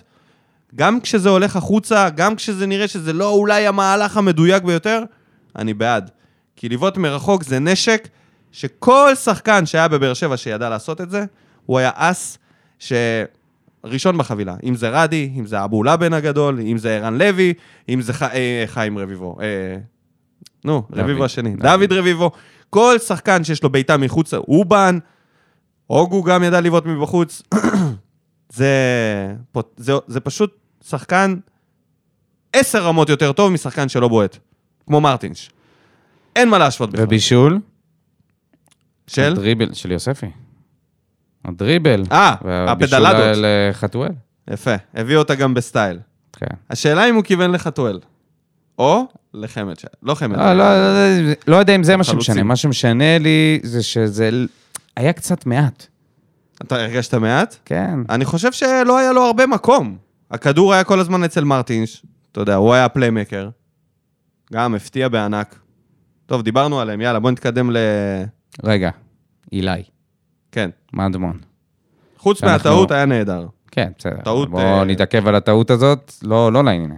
A: גם כשזה הולך החוצה, גם כשזה נראה שזה לא אולי המהלך המדויק ביותר, אני בעד. כי לבעוט מרחוק זה נשק שכל שחקן שהיה בבאר שבע שידע לעשות את זה, הוא היה אס שראשון בחבילה. אם זה רדי, אם זה אבו לבן הגדול, אם זה ערן לוי, אם זה ח... אה, חיים רביבו. אה... נו,
B: דוד.
A: רביבו השני.
B: דוד.
A: דוד רביבו. כל שחקן שיש לו בעיטה מחוץ, אובן, אוגו גם ידע לבעוט מבחוץ. *clears throat* זה, פות- זה, זה פשוט שחקן עשר רמות יותר טוב משחקן שלא בועט, כמו מרטינש. אין מה להשוות בכלל.
B: ובישול?
A: נכון. של?
B: הדריבל, של יוספי. הדריבל.
A: אה,
B: והבישול
A: הפדלדות.
B: לחתואל.
A: יפה, הביא אותה גם בסטייל.
B: כן.
A: השאלה אם הוא כיוון לחתואל, או לחמד, ש- לא חמד.
B: לא, לא, לא, לא יודע אם זה מה
A: חלוצים.
B: שמשנה. מה שמשנה לי זה שזה ל- היה קצת מעט.
A: אתה הרגשת מעט?
B: כן.
A: אני חושב שלא היה לו הרבה מקום. הכדור היה כל הזמן אצל מרטינש, אתה יודע, הוא היה הפליימקר. גם הפתיע בענק. טוב, דיברנו עליהם, יאללה, בוא נתקדם ל...
B: רגע, אילי,
A: כן.
B: מדמון.
A: חוץ
B: אנחנו-
A: מהטעות היה נהדר.
B: כן, בסדר.
A: טעות, אה,
B: בואו נתעכב על הטעות הזאת, לא לא לעניין.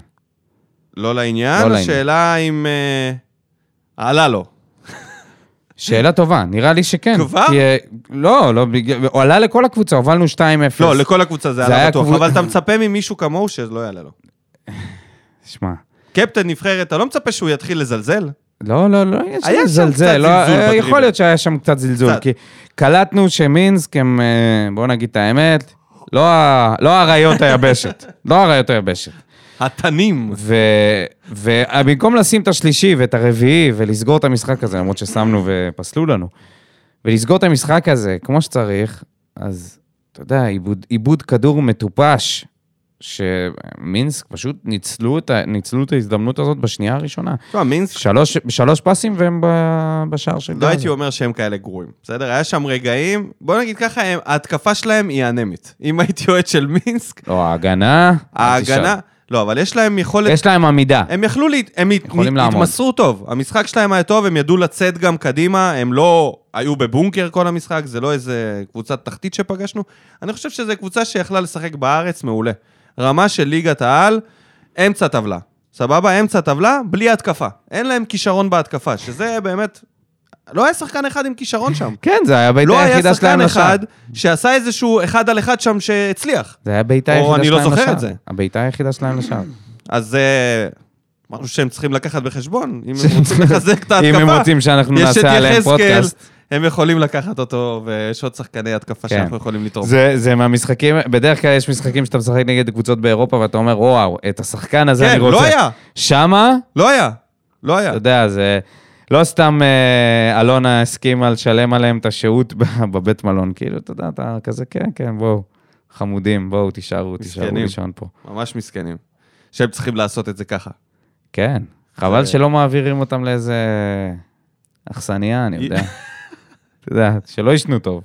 A: לא לעניין,
B: לא
A: השאלה אם... אה, עלה לו.
B: שאלה טובה, נראה לי שכן.
A: כבר?
B: כי, אה, לא, לא, בגלל- הוא עלה לכל הקבוצה, הובלנו 2-0.
A: לא, לכל הקבוצה זה
B: כן. זה
A: עלה
B: היה
A: בטוח,
B: קבוצ-
A: אבל אתה מצפה ממישהו כמוהו שלא יעלה לו.
B: שמע,
A: קפטן נבחרת, אתה לא מצפה שהוא יתחיל לזלזל?
B: לא, לא, לא, יש
A: היה שם
B: זלזל.
A: קצת
B: לא,
A: זלזול
B: אה,
A: בדריבל.
B: יכול להיות שהיה שם קצת זלזול,
A: קצת.
B: כי קלטנו שמינסק הם, אה, בואו נגיד את האמת, לא ה- לא האריות היבשת. לא האריות היבשת.
A: התנים.
B: ובמקום לשים את השלישי ואת הרביעי ולסגור את המשחק הזה, למרות ששמנו ופסלו לנו, ולסגור את המשחק הזה כמו שצריך, אז אתה יודע, עיבוד, עיבוד כדור מטופש, שמינסק פשוט ניצלו את, ה- ניצלו את ההזדמנות הזאת בשנייה הראשונה.
A: תשמע, מינסק
B: שלוש, שלוש פסים והם ב- בשער של
A: לא הייתי אומר שהם כאלה גרועים, בסדר? היה שם רגעים, בוא נגיד ככה, הם- ההתקפה שלהם היא אנמית. אם הייתי אוהד של מינסק,
B: לא, ההגנה...
A: ההגנה...
B: תשאל.
A: לא, אבל יש להם יכולת...
B: יש להם עמידה.
A: הם יכלו, להת... הם הת...
B: יכולים לעמוד.
A: התמסרו טוב. המשחק שלהם היה טוב, הם ידעו לצאת גם קדימה, הם לא היו בבונקר כל המשחק, זה לא איזה קבוצת תחתית שפגשנו. אני חושב שזו קבוצה שיכלה לשחק בארץ מעולה. רמה של ליגת העל, אמצע טבלה. סבבה? אמצע טבלה, בלי התקפה. אין להם כישרון בהתקפה, שזה באמת... לא היה שחקן אחד עם כישרון
B: *laughs*
A: שם.
B: כן, זה היה
A: לא
B: בעיטה
A: היה
B: היחידה שלהם
A: שחקן
B: לשער.
A: אחד שעשה איזשהו אחד על אחד שם שהצליח.
B: זה היה הבעיטה
A: או,
B: היחידה שלהם
A: אני
B: לשער.
A: לא זוכר את זה.
B: הבעיטה היחידה שלהם לשער.
A: אז אה, זה
B: *laughs*
A: משהו שהם צריכים לקחת בחשבון, אם הם רוצים לחזק את ההתקפה.
B: אם הם רוצים שאנחנו
A: יש את
B: נעשה עליהם
A: יחזקאל,
B: פודקאסט.
A: הם יכולים לקחת אותו, ויש עוד שחקני התקפה
B: כן.
A: שאנחנו יכולים לתרום.
B: זה, זה מהמשחקים, בדרך כלל יש משחקים שאתה משחק נגד קבוצות באירופה ואתה אומר, וואו, את השחקן הזה
A: כן,
B: אני רוצה.
A: לא היה,
B: שמה,
A: לא היה, לא היה.
B: אתה יודע, זה... לא סתם אה, אלונה הסכימה לשלם עליהם את השהות ב- *laughs* בבית מלון, כאילו, אתה יודע, אתה כזה, כן, כן, בואו, חמודים, בואו, תישארו, תישארו
A: מסכנים.
B: לישון פה.
A: ממש מסכנים. שהם צריכים לעשות את זה ככה.
B: כן, חבל שלא מעבירים אותם לאיזה אכסניה,
A: *laughs*
B: אני יודע. אתה יודע, שלא ישנו טוב.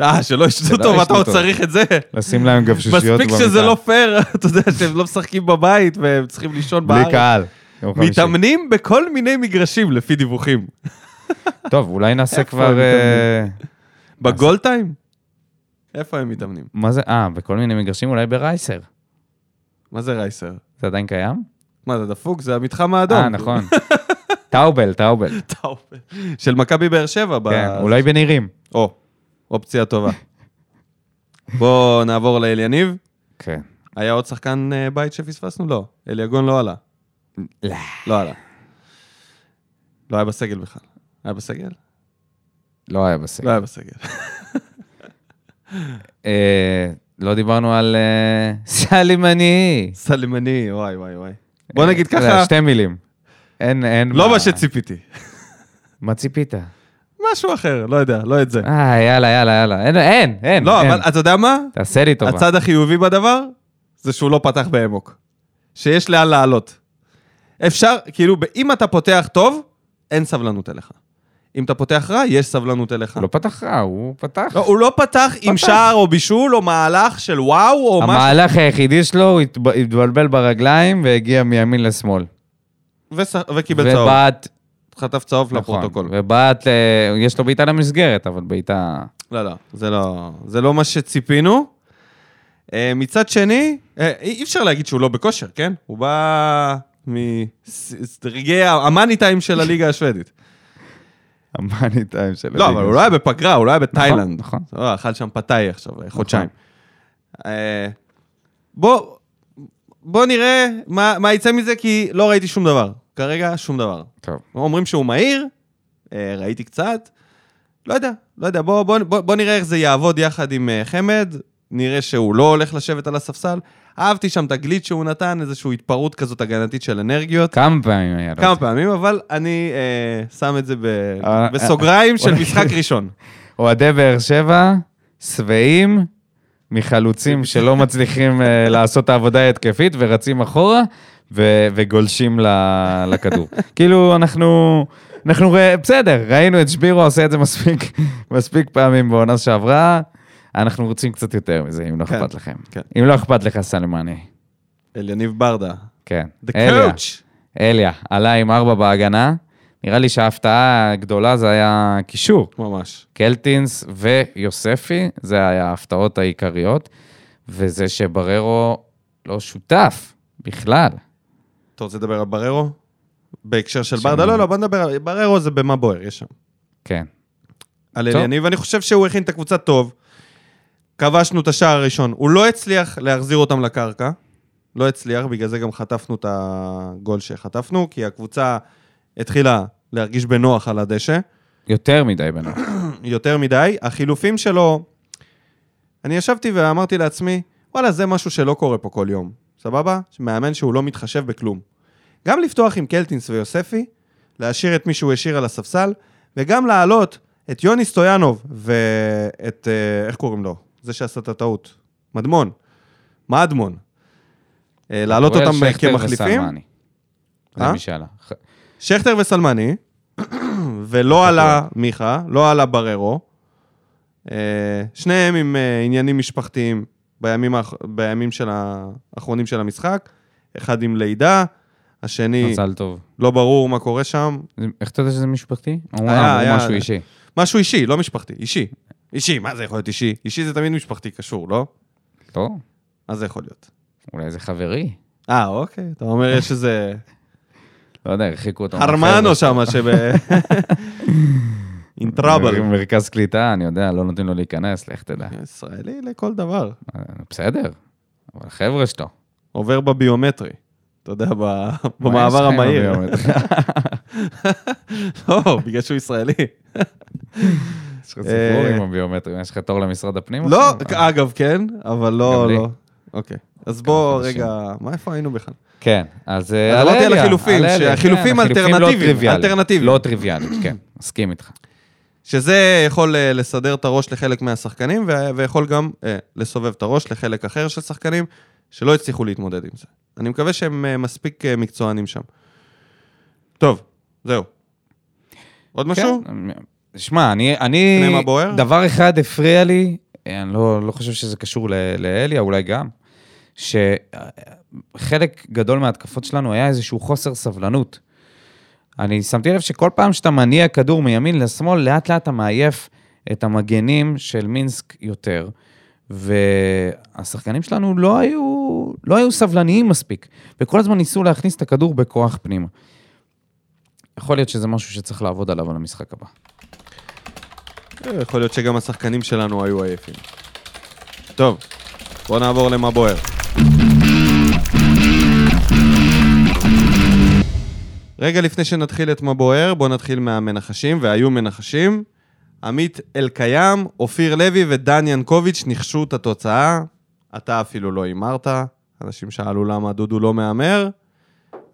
A: אה, שלא ישנו
B: שלא
A: טוב,
B: ישנו
A: אתה עוד
B: טוב.
A: צריך את זה?
B: לשים להם גבשושיות
A: מספיק שזה
B: במיטה.
A: לא פייר, *laughs* אתה יודע שהם לא משחקים בבית והם צריכים לישון
B: בלי
A: בארץ.
B: קהל. יום חמישי.
A: מתאמנים בכל מיני מגרשים, לפי דיווחים.
B: טוב, אולי נעשה
A: איפה
B: כבר...
A: הם
B: אה,
A: בגול טיים? איפה הם מתאמנים?
B: מה זה? אה, בכל מיני מגרשים, אולי ברייסר.
A: מה זה רייסר?
B: זה עדיין קיים?
A: מה, זה דפוק? זה המתחם האדום.
B: אה,
A: *laughs*
B: נכון. טאובל, טאובל.
A: טוב. של מכבי באר שבע. ב-
B: כן, אולי בנירים.
A: או, אופציה טובה. בואו נעבור לאל יניב.
B: כן.
A: היה עוד שחקן אה, בית שפספסנו? לא. אליגון לא עלה.
B: לא.
A: לא עלה. לא היה בסגל בכלל. היה בסגל?
B: לא היה
A: לא
B: בסגל.
A: היה בסגל. *laughs*
B: אה, לא דיברנו על אה, *laughs* סלימני.
A: סלימני, וואי וואי וואי. בוא
B: אה,
A: נגיד
B: אתה יודע,
A: ככה,
B: שתי מילים. אין, אין...
A: לא מה שציפיתי.
B: מה ציפית?
A: משהו אחר, לא יודע, לא את זה.
B: אה, יאללה, יאללה, יאללה. אין, אין, אין.
A: לא,
B: אין.
A: אבל אתה יודע מה?
B: תעשה לי טובה.
A: הצד החיובי בדבר, זה שהוא לא פתח באמוק. שיש לאן לעלות. אפשר, כאילו, ב- אם אתה פותח טוב, אין סבלנות אליך. אם אתה פותח רע, יש סבלנות אליך.
B: הוא לא פתח רע, הוא פתח.
A: לא, הוא לא פתח עם
B: פתח.
A: שער או בישול או מהלך של וואו או משהו,
B: המהלך היחידי שלו, הוא התב- התבלבל ברגליים והגיע מימין לשמאל.
A: וס- וקיבל צהוב.
B: ובעט,
A: חטף צהוב
B: נכון,
A: לפרוטוקול.
B: ובעט, אה, יש לו בעיטה למסגרת, אבל
A: *laughs*
B: בעיטה...
A: לא, לא, זה לא, זה לא מה שציפינו. אה, מצד שני, אה, אי אי אפשר להגיד שהוא לא בכושר, כן? הוא בא מרגעי המאני טיים של הליגה השוודית.
B: המאני טיים של...
A: לא, אבל הוא לא היה בפגרה, הוא לא היה בתאילנד.
B: נכון.
A: הוא אכל שם פתאי עכשיו, אה, חודשיים. אה, בוא, בוא נראה מה, מה יצא מזה, כי לא ראיתי שום דבר. כרגע, שום דבר.
B: טוב.
A: אומרים שהוא מהיר, אה, ראיתי קצת, לא יודע, לא יודע, בוא, בוא, בוא, בוא נראה איך זה יעבוד יחד עם אה, חמד, נראה שהוא לא הולך לשבת על הספסל. אהבתי שם את הגליץ' שהוא נתן, איזושהי התפרעות כזאת הגנתית של אנרגיות.
B: כמה פעמים היה לו?
A: כמה פעמים, אבל אני אה, שם את זה ב...
B: אוקיי. אה,
A: בסוגריים של
B: אה,
A: משחק ראשון.
B: אוהדי באר שבע, שבעים
A: *laughs*
B: מחלוצים שלא מצליחים אה, לעשות את העבודה ההתקפית ורצים אחורה ו- וגולשים ל-
A: *laughs*
B: לכדור. כאילו, אנחנו... אנחנו, רא- בסדר, ראינו את שבירו עושה את זה מספיק, *laughs* מספיק פעמים בעונה שעברה. אנחנו רוצים קצת יותר מזה, אם לא
A: כן,
B: אכפת לכם.
A: כן.
B: אם לא אכפת לך, סלמני.
A: אל יניב ברדה.
B: כן.
A: The
B: אליה,
A: coach.
B: אליה, עלה עם ארבע בהגנה. נראה לי שההפתעה הגדולה זה היה קישור.
A: ממש.
B: קלטינס ויוספי, זה היה ההפתעות העיקריות, וזה שבררו לא שותף בכלל.
A: אתה רוצה לדבר על בררו? בהקשר של
B: שם-
A: ברדה? לא, לא, בוא נדבר על... בררו זה במה בוער, יש שם.
B: כן.
A: על
B: טוב.
A: אליניב, ואני חושב שהוא הכין את הקבוצה טוב. כבשנו את השער הראשון. הוא לא הצליח להחזיר אותם לקרקע. לא הצליח, בגלל זה גם חטפנו את הגול שחטפנו, כי הקבוצה התחילה להרגיש בנוח על הדשא.
B: יותר מדי בנוח.
A: יותר מדי. החילופים שלו... אני ישבתי ואמרתי לעצמי, וואלה, זה משהו שלא קורה פה כל יום. סבבה? מאמן שהוא לא מתחשב בכלום. גם לפתוח עם קלטינס ויוספי, להשאיר את מי שהוא השאיר על הספסל, וגם להעלות את יוני סטויאנוב ואת... אה, איך קוראים לו? זה שעשה את הטעות. מדמון. מדמון. אה, להעלות
B: אוראל
A: אותם אה,
B: שכטר
A: כמחליפים.
B: וסלמני. זה
A: אה?
B: מי שעלה. ח-
A: שכטר וסלמני, ולא עלה מיכה, לא עלה בררו. אה, שניהם עם אה, עניינים משפחתיים בימים, האח... בימים של ה- האחרונים של המשחק. אחד עם לידה, השני
B: מזל טוב.
A: לא ברור מה קורה שם.
B: זה- איך אתה יודע שזה משפחתי? אמרו
A: היה,
B: אמרו
A: היה.
B: משהו אישי.
A: משהו אישי, לא משפחתי, אישי. אישי, מה זה יכול להיות אישי? אישי זה תמיד משפחתי קשור, לא?
B: לא?
A: מה זה יכול להיות?
B: אולי זה חברי.
A: אה, אוקיי, אתה אומר יש איזה
B: לא יודע, הרחיקו אותו.
A: *laughs* הרמנו שם שב... *laughs* אין טראבל. *laughs*
B: מר- מרכז קליטה, אני יודע, לא נותנים לו להיכנס, לך תדע.
A: ישראלי לכל דבר.
B: אה, בסדר, אבל החבר'ה שלו.
A: עובר בביומטרי. אתה יודע, ב-
B: *laughs* מה יש
A: במעבר
B: לך
A: *laughs*
B: עם
A: המהיר.
B: הביומטרי? *laughs*
A: לא, בגלל שהוא ישראלי.
B: יש לך סיפור עם הביומטרים, יש לך תור למשרד הפנים?
A: אה, לא,
B: עכשיו? אה,
A: אגב, כן, אבל
B: גם
A: לא,
B: לי.
A: לא. אוקיי. אז בוא
B: חודשים.
A: רגע, מה, איפה היינו בכלל?
B: כן, אז...
A: אז אמרתי על החילופים, שהחילופים
B: כן,
A: אלטרנטיביים, אלטרנטיביים.
B: אלטרנטיביים. לא טריוויאליים, כן, מסכים איתך.
A: שזה יכול אה, לסדר את הראש לחלק מהשחקנים, ו- ויכול גם אה, לסובב את הראש לחלק אחר של שחקנים שלא הצליחו להתמודד עם זה. אני מקווה שהם אה, מספיק אה, מקצוענים שם. טוב, זהו. עוד משהו?
B: כן, שמע, אני... אני
A: פנימה בוער?
B: דבר אחד הפריע לי, אה, אני לא, לא חושב שזה קשור ל- לאליה, אולי גם, שחלק גדול מההתקפות שלנו היה איזשהו חוסר סבלנות. אני שמתי לב שכל פעם שאתה מניע כדור מימין לשמאל, לאט לאט אתה מעייף את המגנים של מינסק יותר. והשחקנים שלנו לא היו, לא היו סבלניים מספיק, וכל הזמן ניסו להכניס את הכדור בכוח פנימה. יכול להיות שזה משהו שצריך לעבוד עליו על המשחק הבא.
A: אה, יכול להיות שגם השחקנים שלנו היו עייפים. טוב, בוא נעבור למה בוער. רגע לפני שנתחיל את מה בוער, בואו נתחיל מהמנחשים, והיו מנחשים. עמית אלקיים, אופיר לוי ודן ינקוביץ' ניחשו את התוצאה. אתה אפילו לא הימרת. אנשים שאלו למה דודו לא מהמר,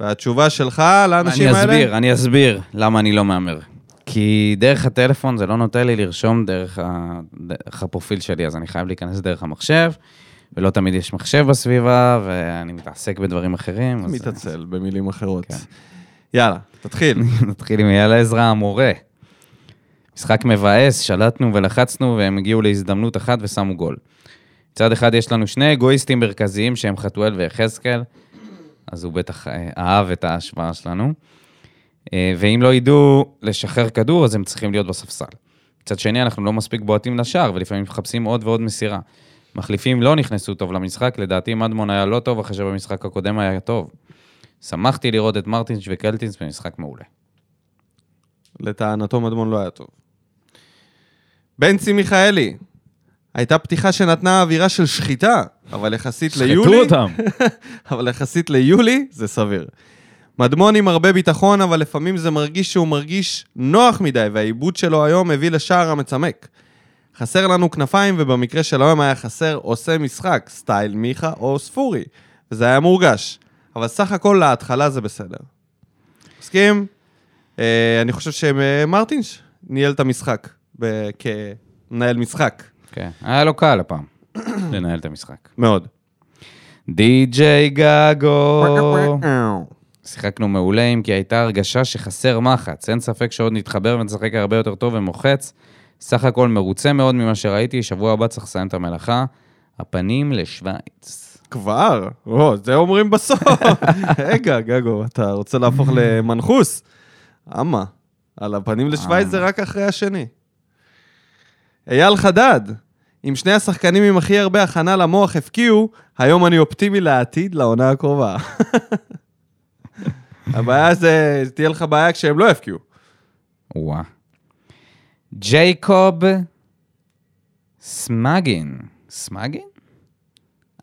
A: והתשובה שלך לאנשים
B: אני
A: האלה...
B: אסביר, אני אסביר למה אני לא מהמר. כי דרך הטלפון זה לא נותן לי לרשום דרך, ה... דרך הפרופיל שלי, אז אני חייב להיכנס דרך המחשב, ולא תמיד יש מחשב בסביבה, ואני מתעסק בדברים אחרים. אז-
A: מתעצל, במילים אחרות.
B: כן.
A: יאללה, תתחיל.
B: *laughs* נתחיל עם אייל עזרא המורה. משחק מבאס, שלטנו ולחצנו והם הגיעו להזדמנות אחת ושמו גול. מצד אחד יש לנו שני אגואיסטים מרכזיים שהם חתואל ויחזקאל, אז הוא בטח אה, אהב את ההשוואה שלנו. אה, ואם לא ידעו לשחרר כדור, אז הם צריכים להיות בספסל. מצד שני, אנחנו לא מספיק בועטים לשער, ולפעמים מחפשים עוד ועוד מסירה. מחליפים לא נכנסו טוב למשחק, לדעתי מדמון היה לא טוב, אחרי שבמשחק הקודם היה טוב. שמחתי לראות את מרטינש וקלטינס במשחק מעולה.
A: לטענתו מדמון לא היה טוב. בנצי מיכאלי, הייתה פתיחה שנתנה אווירה של שחיטה, אבל יחסית ליולי... אבל יחסית ליולי זה סביר. מדמון עם הרבה ביטחון, אבל לפעמים זה מרגיש שהוא מרגיש נוח מדי, והעיבוד שלו היום הביא לשער המצמק. חסר לנו כנפיים, ובמקרה של היום היה חסר עושה משחק, סטייל מיכה או ספורי. וזה היה מורגש. אבל סך הכל להתחלה זה בסדר. מסכים? אה, אני חושב שמרטינש ניהל את המשחק ב- כמנהל משחק.
B: *laughs* כן, היה לו קל הפעם *clears throat* לנהל את המשחק.
A: מאוד.
B: די.ג'יי גגו! שיחקנו מעולה, אם כי הייתה הרגשה שחסר מחץ. אין ספק שעוד נתחבר ונשחק הרבה יותר טוב ומוחץ. סך הכל מרוצה מאוד ממה שראיתי, שבוע הבא צריך לסיים את המלאכה. הפנים לשוויץ.
A: כבר? או, זה אומרים
B: *laughs*
A: בסוף. רגע, גגו, אתה רוצה להפוך למנחוס? אמה, על הפנים לשוויץ זה רק אחרי השני. אייל חדד, אם שני השחקנים עם הכי הרבה הכנה למוח הפקיעו, היום אני אופטימי לעתיד, לעונה
B: *laughs*
A: הקרובה. הבעיה זה, תהיה לך בעיה כשהם לא יפקיעו.
B: וואה. ג'ייקוב סמאגין. סמאגין?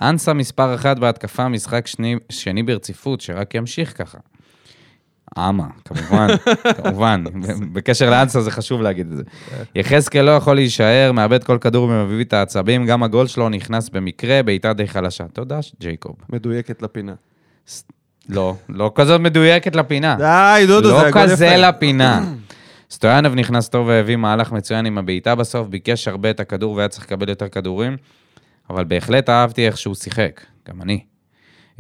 B: אנסה מספר אחת בהתקפה, משחק שני, שני ברציפות, שרק ימשיך ככה. אמה, כמובן, כמובן. ב- בקשר לאנסה זה חשוב להגיד את זה. יחזקאל לא יכול להישאר, מאבד כל כדור ומביא את העצבים, גם הגול שלו נכנס במקרה, בעיטה די חלשה. תודה, ג'ייקוב.
A: מדויקת לפינה.
B: לא, לא כזאת מדויקת לפינה.
A: די, דודו, זה
B: לא
A: הכל יפה.
B: כזה לפינה. סטויאנוב נכנס טוב והביא מהלך מצוין עם הבעיטה בסוף, ביקש הרבה את הכדור והיה צריך לקבל יותר כדורים, אבל בהחלט אהבתי איך שהוא שיחק, גם אני.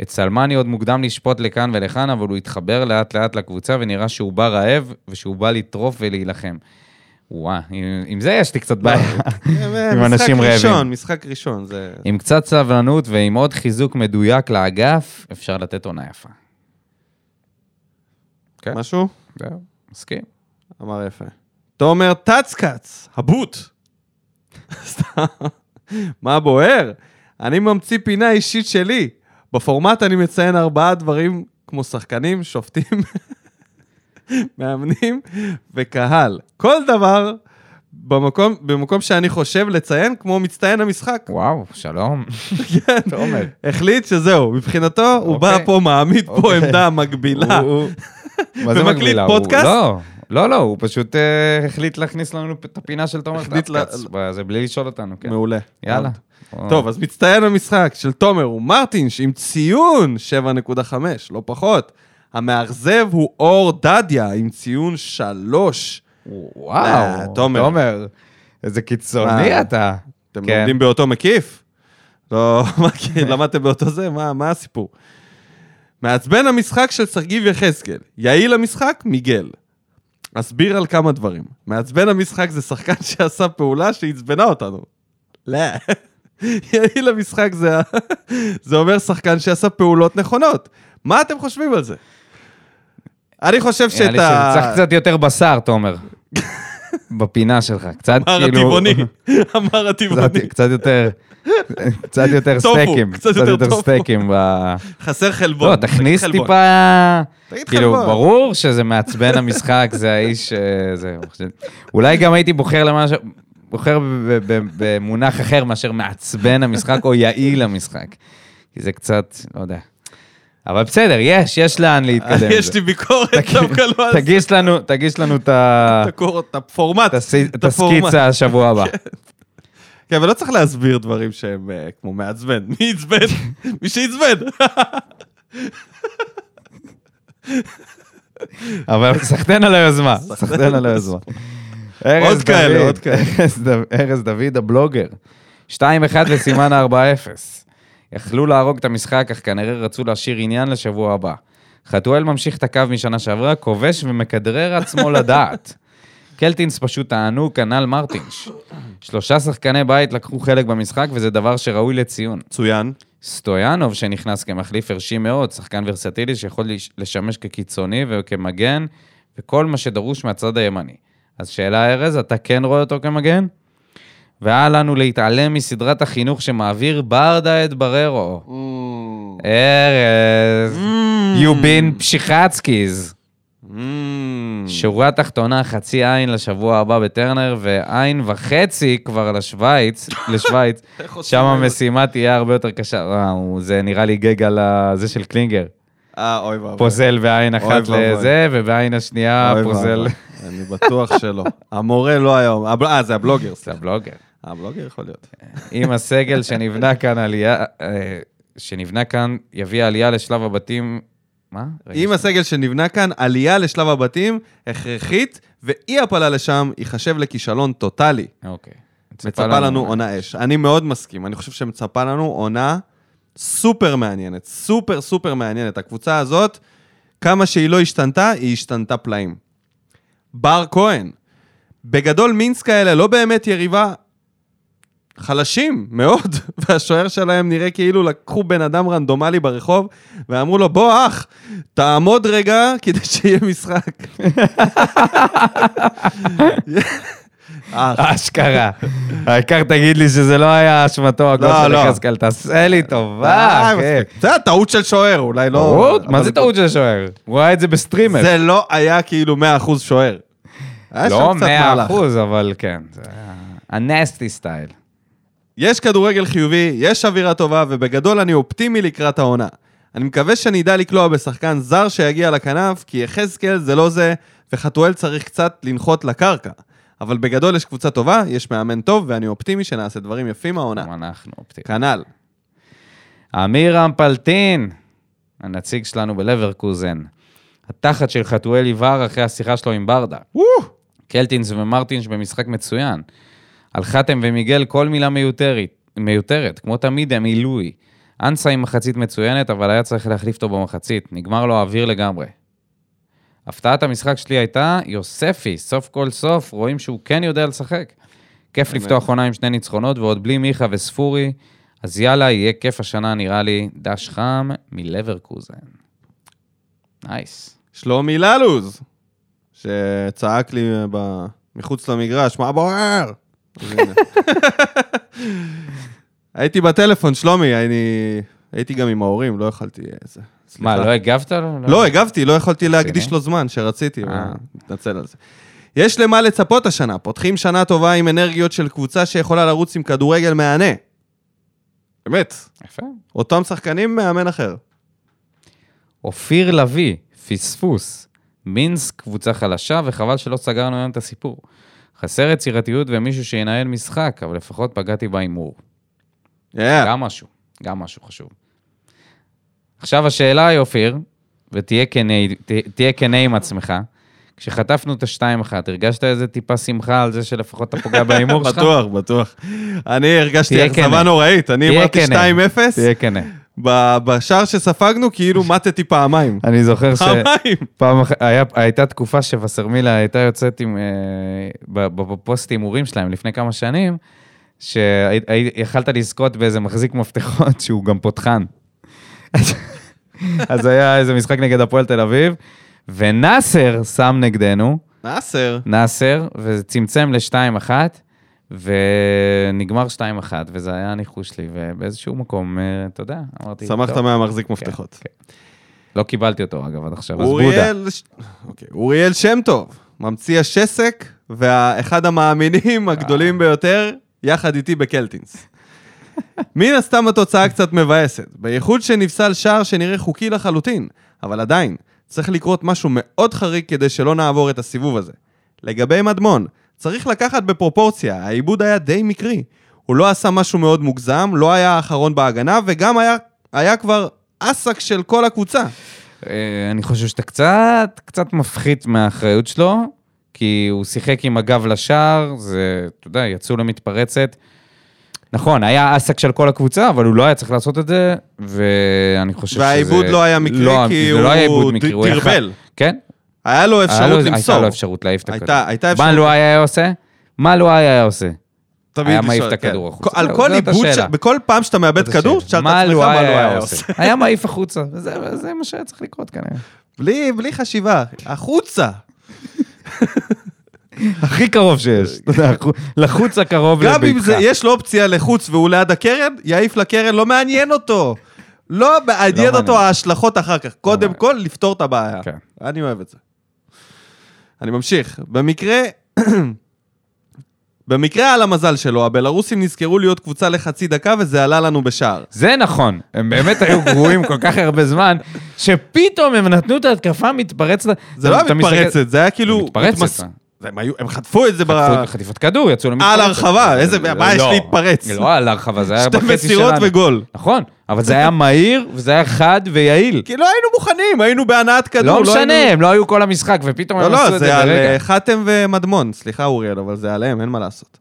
B: את סלמני עוד מוקדם לשפוט לכאן ולכאן, אבל הוא התחבר לאט לאט לקבוצה ונראה שהוא בא רעב ושהוא בא לטרוף ולהילחם. וואה, עם, עם זה יש לי קצת בעיה.
A: לא.
B: עם אנשים
A: אה, משחק
B: רעבים.
A: ראשון, משחק ראשון, זה...
B: *laughs* עם קצת סבלנות ועם עוד חיזוק מדויק לאגף, אפשר לתת עונה יפה. כן.
A: משהו?
B: זהו, מסכים.
A: אמר יפה. תומר טצקץ, הבוט. סתם. מה בוער? אני ממציא פינה אישית שלי. בפורמט אני מציין ארבעה דברים כמו שחקנים, שופטים, *laughs* מאמנים וקהל. כל דבר במקום, במקום שאני חושב לציין כמו מצטיין המשחק.
B: וואו, שלום.
A: *laughs* כן.
B: תומר.
A: החליט שזהו, מבחינתו הוא בא
B: אוקיי.
A: פה, מעמיד פה
B: אוקיי.
A: עמדה מקבילה. *laughs*
B: הוא- הוא- מה
A: ומקליט
B: מקבילה? הוא-
A: פודקאסט?
B: לא, לא, לא, הוא פשוט אה, החליט להכניס לנו את הפינה של תומר
A: החליט לה-
B: טפקץ, זה בלי לשאול אותנו, כן.
A: מעולה.
B: יאללה. אה.
A: טוב, אז מצטיין המשחק של תומר הוא מרטינש עם ציון 7.5, לא פחות. המאכזב הוא אור דדיה עם ציון 3. אה,
B: וואו,
A: תומר.
B: תומר, איזה קיצוני
A: אה,
B: אתה.
A: אתם
B: כן.
A: לומדים באותו מקיף? לא, *laughs* מה, כן,
B: *laughs*
A: למדתם באותו זה? מה, מה הסיפור? מעצבן המשחק של שגיב יחזקאל, יעיל המשחק, מיגל. אסביר על כמה דברים. מעצבן המשחק זה שחקן *laughs* שעשה פעולה שעצבנה אותנו. לא. *laughs* יעיל המשחק זה, ה- *laughs* זה אומר שחקן שעשה פעולות נכונות. מה אתם חושבים על זה? אני חושב שאת
B: נראה לי
A: ה...
B: שצריך קצת יותר בשר, תומר. בפינה שלך, קצת
A: *laughs* אמר
B: כאילו... לא,
A: הטבעוני, *laughs* אמר
B: *laughs* קצת-
A: הטבעוני.
B: קצת יותר, קצת יותר
A: *laughs* טופו,
B: סטייקים,
A: קצת
B: קצת
A: יותר
B: יותר
A: טופו.
B: סטייקים. ב-
A: חסר חלבון.
B: לא, תכניס
A: חלבון.
B: טיפה...
A: תגיד
B: כאילו,
A: חלבון.
B: ברור שזה מעצבן המשחק, זה האיש... אה, זה, הוא חושב- אולי גם הייתי בוחר למשהו... בוחר ב- ב- ב- במונח אחר מאשר מעצבן המשחק או יעיל המשחק. כי זה קצת, לא יודע. אבל בסדר, יש, יש לאן להתקדם. עם
A: *laughs* יש
B: זה.
A: לי ביקורת
B: תגיד-
A: דווקא לא על זה.
B: תגיש לנו, תגיש לנו את ה-
A: הקור- את הפורמט,
B: את הסי- את
A: את הפורמט.
B: הסקיצה השבוע
A: *laughs*
B: הבא.
A: כן, אבל לא צריך להסביר דברים שהם אה, כמו מעצבן. מי
B: *laughs*
A: עצבן? מי שעצבן.
B: אבל סחטיין על היוזמה, סחטיין על היוזמה. ארז
A: עוד כאלה,
B: דוד,
A: עוד כאלה.
B: ארז דוד- ארז דוד הבלוגר, 2-1 לסימן ה-4-0. יכלו להרוג את המשחק, אך כנראה רצו להשאיר עניין לשבוע הבא. חתואל ממשיך את הקו משנה שעברה, כובש ומכדרר עצמו לדעת. קלטינס פשוט טענו, כנ"ל מרטינש. שלושה שחקני בית לקחו חלק במשחק, וזה דבר שראוי לציון.
A: מצוין.
B: סטויאנוב שנכנס כמחליף הרשי מאוד, שחקן ורסטילי שיכול לש- לשמש כקיצוני וכמגן, וכל מה שדרוש מהצד הימני. אז שאלה, ארז, אתה כן רואה אותו כמגן? ואל לנו להתעלם מסדרת החינוך שמעביר ברדה את בררו. ארז,
A: Mm.
B: you been פשיחצקיז.
A: Mm.
B: Mm. שורה תחתונה, חצי עין לשבוע הבא בטרנר, ועין וחצי כבר
A: *laughs*
B: לשוויץ, לשוויץ,
A: איך עושים
B: שם
A: היום?
B: המשימה תהיה הרבה יותר קשה. וואו, זה נראה לי גג על ה- זה של קלינגר.
A: אה, אוי ואבוי.
B: פוזל בעין אחת
A: ואבוי.
B: לזה, ובעין השנייה
A: אוי
B: פוזל...
A: ואבוי. אני בטוח שלא. המורה לא היום. הבל- אה, זה הבלוגר.
B: זה
A: סליחה.
B: הבלוגר.
A: הבלוגר יכול להיות.
B: אם הסגל שנבנה כאן עלייה, אה, שנבנה כאן, יביא עלייה לשלב הבתים... מה? רגע,
A: אם הסגל שנבנה כאן, עלייה לשלב הבתים הכרחית, ואי הפלה לשם ייחשב לכישלון טוטאלי.
B: אוקיי.
A: מצפה לנו עונה אש. אני מאוד מסכים, אני חושב שמצפה לנו עונה סופר מעניינת, סופר סופר מעניינת. הקבוצה הזאת, כמה שהיא לא השתנתה, היא השתנתה פלאים. בר כהן, בגדול מינסק האלה לא באמת יריבה, חלשים מאוד, *laughs* והשוער שלהם נראה כאילו לקחו בן אדם רנדומלי ברחוב ואמרו לו, בוא אח, תעמוד רגע כדי שיהיה משחק. *laughs* אח,
B: אשכרה. העיקר תגיד לי שזה לא היה אשמתו, הגול
A: לא,
B: של
A: לא.
B: יחזקאל, תעשה לי טובה.
A: די,
B: כן.
A: אה, מספיק. זה טעות של שוער, אולי לא...
B: טעות? מה
A: אבל-
B: זה טעות של שוער? הוא ראה את זה בסטרימר.
A: זה לא היה כאילו 100% שוער. היה
B: לא
A: שם קצת
B: 100
A: מהלך.
B: אחוז, אבל כן. זה היה הנסטי סטייל.
A: יש כדורגל חיובי, יש אווירה טובה, ובגדול אני אופטימי לקראת העונה. אני מקווה שנדע לקלוע בשחקן זר שיגיע לכנף, כי יחזקאל זה לא זה, וחתואל צריך קצת לנחות לקרקע. אבל בגדול יש קבוצה טובה, יש מאמן טוב, ואני אופטימי שנעשה דברים יפים העונה.
B: גם אנחנו אופטימיים.
A: כנ"ל. כן.
B: אמיר אמפלטין, הנציג שלנו בלברקוזן. התחת של חתואל יבהר אחרי השיחה שלו עם ברדה. קלטינס ומרטינש במשחק מצוין. על חתם ומיגל כל מילה מיותרת, מיותרת, כמו תמיד הם עילוי. אנסה עם מחצית מצוינת, אבל היה צריך להחליף אותו במחצית, נגמר לו האוויר לגמרי. הפתעת המשחק שלי הייתה, יוספי, סוף כל סוף רואים שהוא כן יודע לשחק. כיף
A: באמת.
B: לפתוח עונה עם שני ניצחונות, ועוד בלי מיכה וספורי, אז יאללה, יהיה כיף השנה נראה לי, דש חם מלברקוזן. נייס.
A: שלומי ללוז, שצעק לי ב... מחוץ למגרש, מה בוער? אז
B: *laughs*
A: הנה. הייתי בטלפון, שלומי, אני... הייתי גם עם ההורים, לא יכלתי... אה, זה.
B: מה,
A: סליחה.
B: לא הגבת לו?
A: לא, הגבתי, לא יכולתי
B: רציני?
A: להקדיש לו זמן שרציתי,
B: אה.
A: אבל מתנצל על זה. יש למה לצפות השנה, פותחים שנה טובה עם אנרגיות של קבוצה שיכולה לרוץ עם כדורגל מהנה. באמת,
B: יפה.
A: אותם שחקנים, מאמן אחר.
B: אופיר לביא, פספוס. מינסק קבוצה חלשה, וחבל שלא סגרנו היום את הסיפור. חסר יצירתיות ומישהו שינהל משחק, אבל לפחות פגעתי בהימור.
A: Yeah.
B: גם משהו, גם משהו חשוב. עכשיו השאלה היא, אופיר, ותהיה כנה, תה- תהיה כנה עם עצמך, כשחטפנו את ה-2-1, הרגשת איזה טיפה שמחה על זה שלפחות אתה פוגע
A: *laughs*
B: בהימור שלך?
A: בטוח, בטוח. אני הרגשתי
B: תהיה
A: אכזבה
B: כנה.
A: נוראית, אני
B: תהיה
A: אמרתי
B: כנה.
A: 2-0,
B: תהיה כנה.
A: ב- בשער שספגנו
B: *laughs*
A: כאילו מטתי פעמיים.
B: אני זוכר ש... *laughs*
A: פעמיים.
B: פעם אחת, היה- הייתה תקופה שווסרמילה הייתה יוצאת עם, אה, ב- ב- בפוסט הימורים שלהם לפני כמה שנים, שיכלת לזכות באיזה מחזיק מפתחות שהוא גם פותחן. אז- אז היה איזה משחק נגד הפועל תל אביב, ונאסר שם נגדנו,
A: נאסר.
B: נאסר, וצמצם ל-2-1, ונגמר 2-1, וזה היה הניחוש שלי, ובאיזשהו מקום, אה, אתה יודע, אמרתי...
A: שמחת
B: "טוב."
A: מהמחזיק מפתחות.
B: לא קיבלתי אותו, אגב, עד עכשיו, אז בודה.
A: אוריאל... ש- אוקיי, אוריאל שם טוב, ממציא השסק, ואחד המאמינים
B: אה.
A: הגדולים ביותר, יחד איתי בקלטינס. מן הסתם התוצאה קצת מבאסת, בייחוד שנפסל שער שנראה חוקי לחלוטין, אבל עדיין, צריך לקרות משהו מאוד חריג כדי שלא נעבור את הסיבוב הזה. לגבי מדמון, צריך לקחת בפרופורציה, העיבוד היה די מקרי. הוא לא עשה משהו מאוד מוגזם, לא היה האחרון בהגנה, וגם היה, היה כבר אסק של כל הקבוצה.
B: אה, אני חושב שאתה קצת, קצת מפחית מהאחריות שלו, כי הוא שיחק עם הגב לשער, זה, אתה יודע, יצאו למתפרצת. נכון, היה אסק של כל הקבוצה, אבל הוא לא היה צריך לעשות את זה, ואני חושב שזה...
A: והעיבוד לא היה מקרי, כי
B: זה לא היה
A: הוא
B: עיבוד מקרי,
A: ד-
B: הוא היה ח-
A: דרבל.
B: כן,
A: היה לו
B: היה לו-
A: אפשרות למסור.
B: הייתה לו אפשרות להעיף את
A: הייתה-
B: הכדור.
A: הייתה
B: מה
A: אפשרות.
B: לא היה עושה? מה לא היה עושה?
A: תמיד
B: היה
A: לשאול,
B: מעיף את
A: כן.
B: הכדור החוצה.
A: על
B: זהו,
A: כל
B: זאת
A: עיבוד,
B: השאלה.
A: ש- בכל פעם שאתה מאבד כדור, תשאל את
B: מה
A: עצמך
B: לו
A: מה לא
B: היה
A: היה עושה.
B: עושה? היה מעיף החוצה, וזה זה מה שהיה צריך לקרות כנראה.
A: בלי בלי חשיבה, החוצה.
B: *laughs* הכי קרוב שיש, אתה יודע, לחוץ הקרוב
A: גם אם זה- יש לו אופציה לחוץ והוא ליד הקרן, יעיף לקרן, לא מעניין אותו. לא מעניין
B: מעניין. לא
A: אותו ההשלכות אחר כך. קודם
B: מעניין.
A: כל, לפתור את הבעיה.
B: כן.
A: אני אוהב את זה. אני ממשיך. במקרה... *clears throat* במקרה על המזל שלו, הבלרוסים נזכרו להיות קבוצה לחצי דקה וזה עלה לנו בשער.
B: זה נכון, הם באמת היו גרועים כל כך הרבה זמן, שפתאום הם נתנו את ההתקפה המתפרצת.
A: זה לא היה
B: אתה מסתכל-
A: מתפרצת, זה היה כאילו...
B: מתפרצת. אה.
A: מתמס- הם היו- הם חטפו את זה ב...
B: חטפו- חטיפות כדור, יצאו למתפרצת.
A: על הרחבה, איזה- מה יש
B: לא,
A: להתפרץ?
B: לא על הרחבה, זה היה
A: שתי
B: בחצי שלנו.
A: מסירות וגול.
B: נכון, אבל זה היה מהיר, וזה היה חד
A: *laughs*
B: ויעיל.
A: כי לא היינו מוכנים, היינו בהנעת כדור.
B: לא משנה,
A: כאילו, היינו-
B: הם לא היו כל המשחק, ופתאום
A: לא,
B: הם עשו
A: לא,
B: את זה
A: זה על
B: ברגע.
A: אה, חתם ומדמון. סליחה, אוריאל, אבל זה עליהם, אין מה לעשות.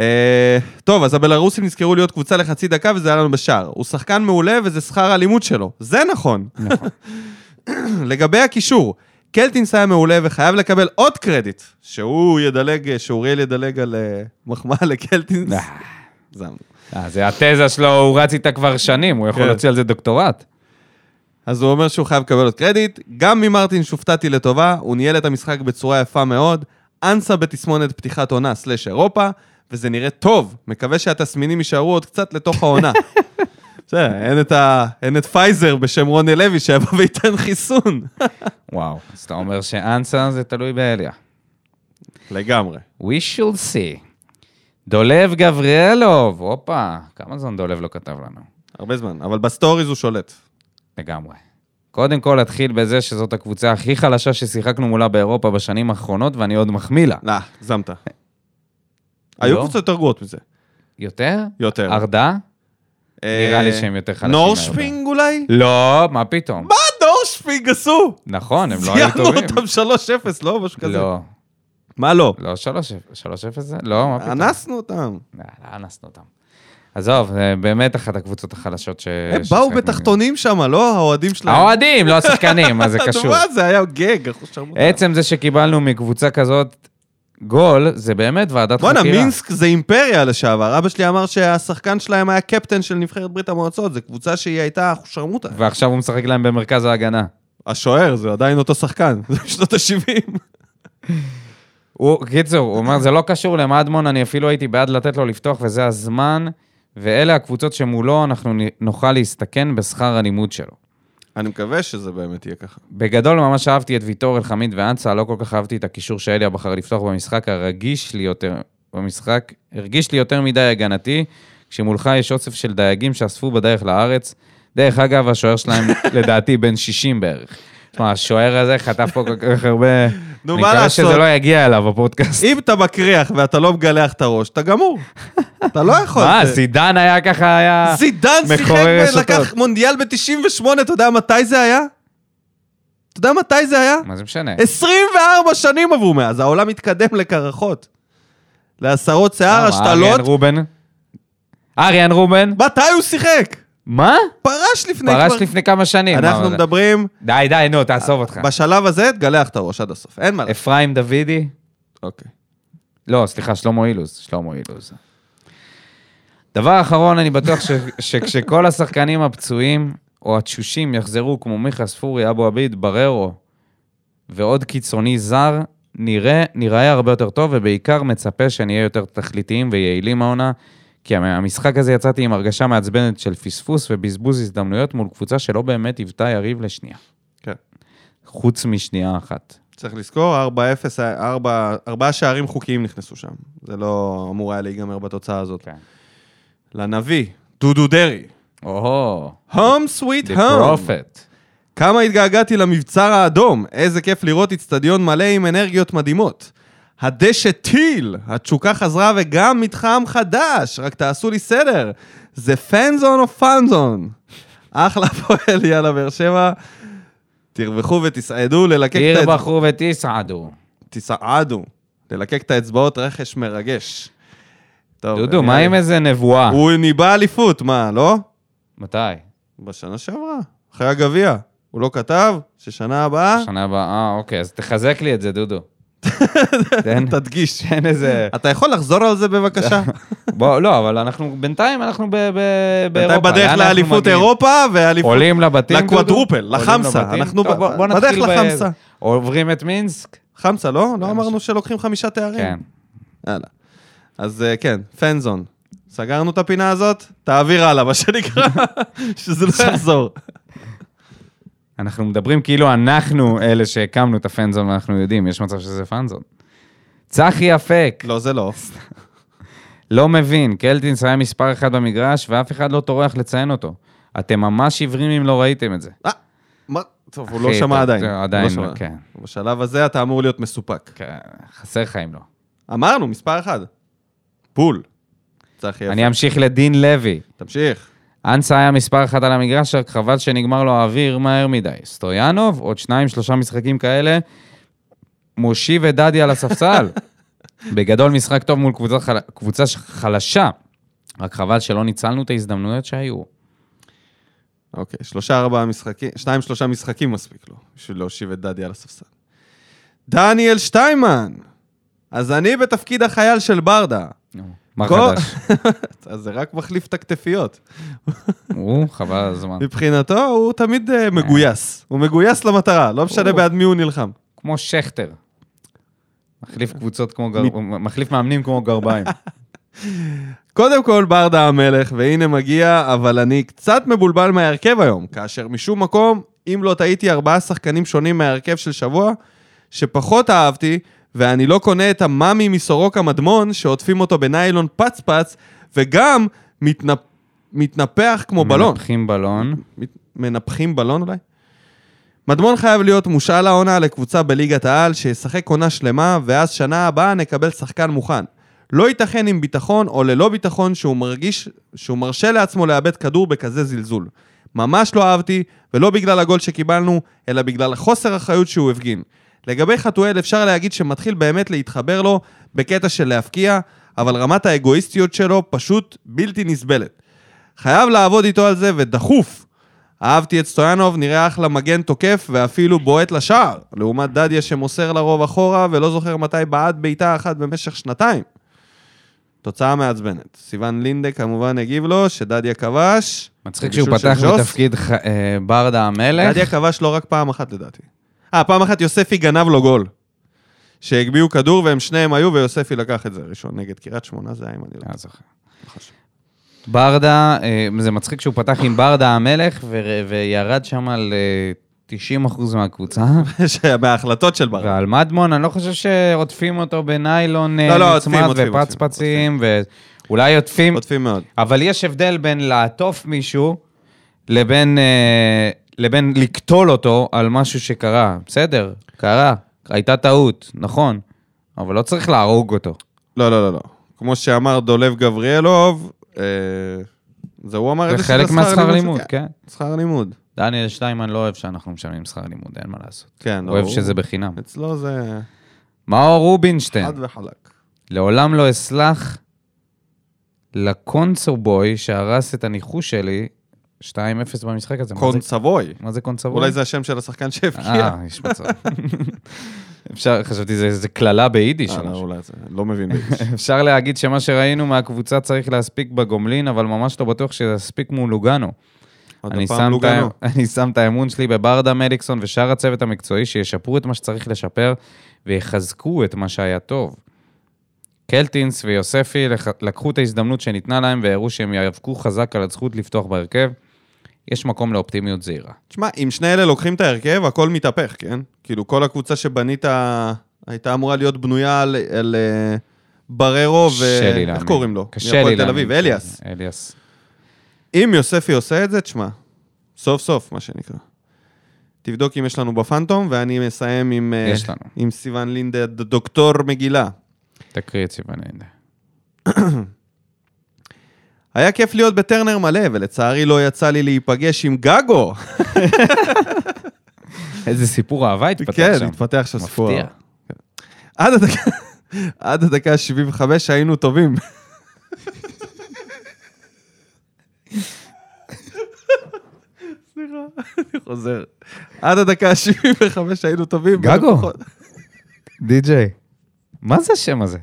A: אה, טוב, אז הבלרוסים נזכרו להיות קבוצה לחצי דקה וזה היה לנו בשער. הוא שחקן מעולה וזה שכר הלימוד שלו. זה נכון.
B: נכון.
A: *laughs* לגבי הקישור, קלטינס היה מעולה וחייב לקבל עוד קרדיט, שהוא ידלג, אה, שאוריאל ידלג על אה, מחמאה לקלטינס. זמנו.
B: אה, זה התזה שלו, הוא רץ איתה כבר שנים, הוא יכול
A: כן.
B: להוציא על זה דוקטורט.
A: אז הוא אומר שהוא חייב לקבל עוד קרדיט. גם ממרטין שופטתי לטובה, הוא ניהל את המשחק בצורה יפה מאוד. אנסה בתסמונת פתיחת עונה סלאש אירופה, וזה נראה טוב. מקווה שהתסמינים יישארו עוד קצת לתוך *laughs* העונה. בסדר, אין את ה- אין את פייזר בשם רוני לוי שיבוא וייתן חיסון.
B: וואו, אז אתה אומר שאנסה זה תלוי באליה.
A: *laughs* לגמרי.
B: We shall see. דולב גבריאלוב, הופה, כמה זמן דולב לא כתב לנו?
A: הרבה זמן, אבל בסטוריז הוא שולט.
B: לגמרי. קודם כל, אתחיל בזה שזאת הקבוצה הכי חלשה ששיחקנו מולה באירופה בשנים האחרונות, ואני עוד מחמיא לה.
A: לא, הגזמת. היו
B: לא?
A: קבוצות יותר גרועות מזה.
B: יותר?
A: יותר.
B: ארדה?
A: כן. אה,
B: נראה לי שהם יותר חלשים מהרבה.
A: נורשפינג אולי?
B: לא, מה פתאום.
A: מה נורשפינג עשו?
B: נכון, הם לא היו
A: ציינו
B: טובים.
A: אותם 3-0, לא? משהו כזה.
B: לא,
A: מה לא?
B: לא 3-0 זה? לא, מה פתאום.
A: אנסנו אותם.
B: לא, לא אנסנו אותם. עזוב, זה באמת אחת הקבוצות החלשות ש...
A: הם באו
B: ששיחקנו.
A: בתחתונים שם, לא? האוהדים שלהם.
B: האוהדים, לא השחקנים,
A: *laughs*
B: מה זה קשור.
A: מה זה היה גג, אחוז שרמוטה.
B: עצם זה שקיבלנו מקבוצה כזאת גול, זה באמת ועדת חקירה.
A: בואנה, מינסק זה אימפריה לשעבר. אבא שלי אמר שהשחקן שלהם היה קפטן של נבחרת ברית המועצות, זו קבוצה שהיא הייתה אחוז שרמוטה.
B: ועכשיו הוא משחק להם במרכז ההגנה.
A: השוער, זה עדיין אותו שחקן, *laughs* זה בשנות ה-70.
B: הוא, קיצור, הוא אומר, זה לא קשור למדמון, אני אפילו הייתי בעד לתת לו לפתוח, וזה הזמן, ואלה הקבוצות שמולו אנחנו נ- נוכל להסתכן בשכר הלימוד שלו.
A: אני מקווה שזה באמת יהיה ככה.
B: בגדול ממש אהבתי את ויטור, אלחמיד ואנסה, לא כל כך אהבתי את הקישור שאליה בחר לפתוח במשחק, הרגיש לי יותר, במשחק, הרגיש לי יותר מדי הגנתי, כשמולך יש אוסף של
A: *laughs*
B: דייגים שאספו בדרך לארץ. דרך אגב, השוער שלהם לדעתי בן 60 בערך. תשמע, השוער הזה חטף פה כל כך הרבה...
A: נו,
B: אני
A: מה
B: מקווה
A: לעשות?
B: שזה לא יגיע אליו, הפודקאסט.
A: אם אתה מקריח ואתה לא מגלח את הראש, אתה גמור. אתה לא יכול.
B: מה,
A: זה-
B: זידן היה ככה, היה...
A: זידן שיחק
B: מחורר
A: ולקח
B: רשתות.
A: מונדיאל ב-98, אתה יודע מתי זה היה? אתה יודע מתי זה היה?
B: מה זה משנה?
A: 24 שנים עברו מאז, העולם התקדם לקרחות. לעשרות שיער,
B: למה,
A: השתלות.
B: אה, אריאן רובן? אריאן רובן?
A: מתי הוא שיחק?
B: מה?
A: פרש לפני
B: פרש לפני כמה שנים.
A: אנחנו
B: מה, כן.
A: מדברים,
B: די, די, נו, תעזוב אותך.
A: בשלב הזה תגלח את הראש עד הסוף, אין מה לעשות.
B: אפרים דוידי?
A: אוקיי.
B: לא, סליחה, שלמה אילוז. שלמה אילוז. דבר אחרון, אני בטוח ש- *laughs* שכשכל השחקנים הפצועים או התשושים יחזרו, כמו מיכה ספורי, אבו עביד, בררו ועוד קיצוני זר, נראה, נראה הרבה יותר טוב, ובעיקר מצפה שנהיה יותר תכליתיים ויעילים העונה, כי המ- המשחק הזה יצאתי עם הרגשה מעצבנת של פספוס ובזבוז הזדמנויות מול קבוצה שלא באמת היוותה יריב לשנייה.
A: כן.
B: חוץ משנייה אחת.
A: צריך לזכור, 4-0, ארבע- ארבעה שערים חוקיים נכנסו שם. זה לא אמור היה להיגמר בתוצאה הזאת.
B: כן.
A: לנביא, דודו דרעי.
B: או-הו,
A: הום סוויט
B: the
A: הום.
B: prophet.
A: כמה התגעגעתי למבצר האדום, איזה כיף לראות איצטדיון מלא עם אנרגיות מדהימות. הדשא טיל, התשוקה חזרה וגם מתחם חדש, רק תעשו לי סדר. זה פאנזון או פאנזון? אחלה פועל, יאללה באר שבע. תרווחו ותסעדו, ללקק את האצבעות.
B: תרבחו ותסעדו.
A: תסעדו, ללקק את האצבעות, רכש מרגש. טוב,
B: דודו,
A: אני-
B: מה עם איזה נבואה?
A: הוא ניבא אליפות, מה, לא?
B: מתי?
A: בשנה שעברה, אחרי הגביע. הוא לא כתב ששנה הבאה,
B: שנה הבאה, אה, אוקיי, אז תחזק לי את
A: *laughs*
B: זה, דודו. תן
A: תדגיש.
B: תן איזה...
A: *laughs* אתה יכול לחזור על זה
B: *laughs*
A: בבקשה?
B: בוא, לא, אבל אנחנו, בינתיים אנחנו ב- ב- באירופה.
A: אתה בדרך
B: לאן אנחנו
A: לאליפות
B: מגיעים?
A: אירופה ואליפות...
B: עולים לבתים, דודו?
A: לקוואדרופל,
B: עולים
A: לחמסה,
B: לבתים?
A: אנחנו
B: טוב,
A: ב-
B: בוא- בוא
A: בדרך
B: נתחיל ב-
A: לחמסה.
B: עוברים את מינסק?
A: חמסה, לא? לא
B: כן,
A: אמרנו שלוקחים חמישה תארים?
B: כן.
A: יאללה. אז אה, כן, פנזון. סגרנו את הפינה הזאת, תעביר הלאה, *laughs* מה שנקרא, שזה
B: *laughs*
A: לא יחזור.
B: אנחנו מדברים כאילו אנחנו אלה שהקמנו את הפנזון ואנחנו יודעים, יש מצב שזה פנזון. צחי אפק.
A: לא, זה לא.
B: לא מבין, קלטינס היה מספר אחד במגרש, ואף אחד לא טורח לציין אותו. אתם ממש עיוורים אם לא ראיתם את זה.
A: אה, מה? טוב, הוא
B: אחי,
A: לא שמע
B: אתה-
A: עדיין.
B: זה
A: הוא
B: עדיין לא,
A: שמע.
B: כן.
A: בשלב הזה אתה אמור להיות מסופק.
B: כן, חסר לך אם לא.
A: אמרנו, מספר אחד. בול. צחי יפה.
B: אני אמ- אמשיך לדין לוי.
A: תמשיך.
B: אנסה היה מספר אחת על המגרש, רק חבל שנגמר לו האוויר מהר מדי. סטויאנוב, עוד שניים, שלושה משחקים כאלה. מושי ודדי על
A: *laughs*
B: הספסל. בגדול משחק טוב מול קבוצה, חל... קבוצה ש- חלשה. רק חבל שלא ניצלנו את ההזדמנויות שהיו.
A: אוקיי, שלושה ארבעה משחקים, שניים שלושה משחקים מספיק לו, בשביל להושיב את דדי על הספסל. דניאל שטיימן! אז אני בתפקיד החייל של ברדה.
B: נו, מה
A: כל-
B: חדש?
A: *laughs* אז זה רק מחליף את הכתפיות.
B: הוא, חבל על הזמן.
A: מבחינתו, הוא תמיד אה, מגויס. הוא מגויס למטרה, לא משנה
B: הוא-
A: בעד מי הוא נלחם.
B: כמו שכטר. מחליף
A: אה.
B: קבוצות כמו גר... מחליף מאמנים כמו גרביים.
A: קודם כל, ברדה המלך, והנה מגיע, אבל אני קצת מבולבל מההרכב היום, כאשר משום מקום, אם לא טעיתי, ארבעה שחקנים שונים מההרכב של שבוע, שפחות אהבתי, ואני לא קונה את המאמי מסורוקה מדמון, שעוטפים אותו בניילון פצפץ, וגם מתנפ... מתנפח *laughs* כמו בלון.
B: מנפחים בלון.
A: מת- מנפחים בלון אולי? מדמון חייב להיות מושאל העונה לקבוצה בליגת העל, שישחק עונה שלמה, ואז שנה הבאה נקבל שחקן מוכן. לא ייתכן עם ביטחון או ללא ביטחון שהוא מרגיש, שהוא מרשה לעצמו לאבד כדור בכזה זלזול. ממש לא אהבתי, ולא בגלל הגול שקיבלנו, אלא בגלל החוסר אחריות שהוא הפגין. לגבי חתואל אפשר להגיד שמתחיל באמת להתחבר לו בקטע של להפקיע, אבל רמת האגואיסטיות שלו פשוט בלתי נסבלת. חייב לעבוד איתו על זה, ודחוף. אהבתי את סטויאנוב, נראה אחלה מגן תוקף ואפילו בועט לשער, לעומת דדיה שמוסר לרוב אחורה ולא זוכר מתי בעט בעיטה אחת במשך שנתיים. תוצאה מעצבנת. סיון לינדה כמובן הגיב לו שדדיה כבש.
B: מצחיק
A: בישול
B: שהוא
A: של
B: פתח
A: ג'וס.
B: בתפקיד ח- אה, ברדה המלך.
A: דדיה כבש לא רק פעם אחת לדעתי. אה, פעם אחת יוספי גנב לו גול. שהגביהו כדור והם שניהם היו ויוספי לקח את זה ראשון נגד קריית שמונה, זה היה אם אני לא
B: אה,
A: טועה.
B: זוכר. ברדה, אה, זה מצחיק שהוא פתח עם ברדה המלך ו- וירד שם על אה, 90%
A: *laughs*
B: מהקבוצה.
A: מההחלטות של ברק.
B: ועל מדמון, אני לא חושב שעוטפים אותו בניילון אה,
A: לא, לא, עוטפים,
B: נצמד
A: עוטפים, עוטפים,
B: ופצפצים, ואולי עוטפים,
A: חוטפים מאוד.
B: אבל יש הבדל בין לעטוף מישהו לבין אה, לבין לקטול אותו על משהו שקרה. בסדר, קרה, הייתה טעות, נכון, אבל לא צריך להרוג אותו.
A: לא, לא, לא, לא. כמו שאמר דולב גבריאלוב, אה, זה הוא אמר
B: זה
A: את של
B: חלק
A: השכר
B: מהשכר לימוד, כן.
A: שכר לימוד.
B: דניאל שטיינמן לא אוהב שאנחנו משלמים שכר לימוד, אין מה לעשות.
A: כן, לא,
B: אוהב
A: הוא-
B: שזה כן. בחינם.
A: אצלו זה
B: מאור רובינשטיין.
A: חד וחלק.
B: לעולם לא אסלח לקונסובוי שהרס את הניחוש שלי 2-0 במשחק הזה. מה זה-
A: קונסבוי.
B: מה זה קונסובוי?
A: אולי זה השם של השחקן שהבקיע.
B: אה, יש מצב. אפשר, חשבתי זה זה קללה ביידיש
A: אה,
B: או
A: לא,
B: משהו.
A: אולי זה, לא מבין
B: *laughs*
A: ביידיש.
B: אפשר להגיד שמה שראינו מהקבוצה צריך להספיק בגומלין, אבל ממש לא בטוח שזה יספיק מול לוגאנו.
A: עוד
B: אני
A: הפעם לא
B: שם את
A: לוגנו.
B: ה- אני שם את האמון שלי בברדה מליקסון ושאר הצוות המקצועי שישפרו את מה שצריך לשפר ויחזקו את מה שהיה טוב. קלטינס ויוספי לח- לקחו את ההזדמנות שניתנה להם והראו שהם יאבקו חזק על הזכות לפתוח בהרכב. יש מקום לאופטימיות זהירה.
A: תשמע, אם שני אלה לוקחים את ההרכב, הכל מתהפך, כן? כאילו, כל הקבוצה שבנית הייתה אמורה להיות בנויה על, על אה, בררו ו...
B: קשה לי להאמין.
A: אה, איך קוראים לו?
B: קשה לי
A: מהפועל
B: להאמין.
A: תל אביב, אליאס.
B: אליאס.
A: אם יוספי עושה את זה, תשמע, סוף סוף, מה שנקרא. תבדוק אם יש לנו בפנטום, ואני מסיים עם, אה,
B: יש לנו.
A: עם סיוון לינדה, ד- דוקטור מגילה.
B: תקריא את סיוון הנה.
A: היה כיף להיות בטרנר מלא, ולצערי לא יצא לי להיפגש עם גגו.
B: איזה סיפור אהבה *laughs* התפתח
A: *laughs* כן,
B: שם.
A: התפתח שם סיפור.
B: מפתיע.
A: עד הדקה, *laughs* עד הדקה ה-75 היינו טובים. *laughs* סליחה, אני חוזר. עד הדקה ה-75 היינו טובים.
B: גגו.
A: ולפחות-
B: די-ג'יי. מה זה השם הזה?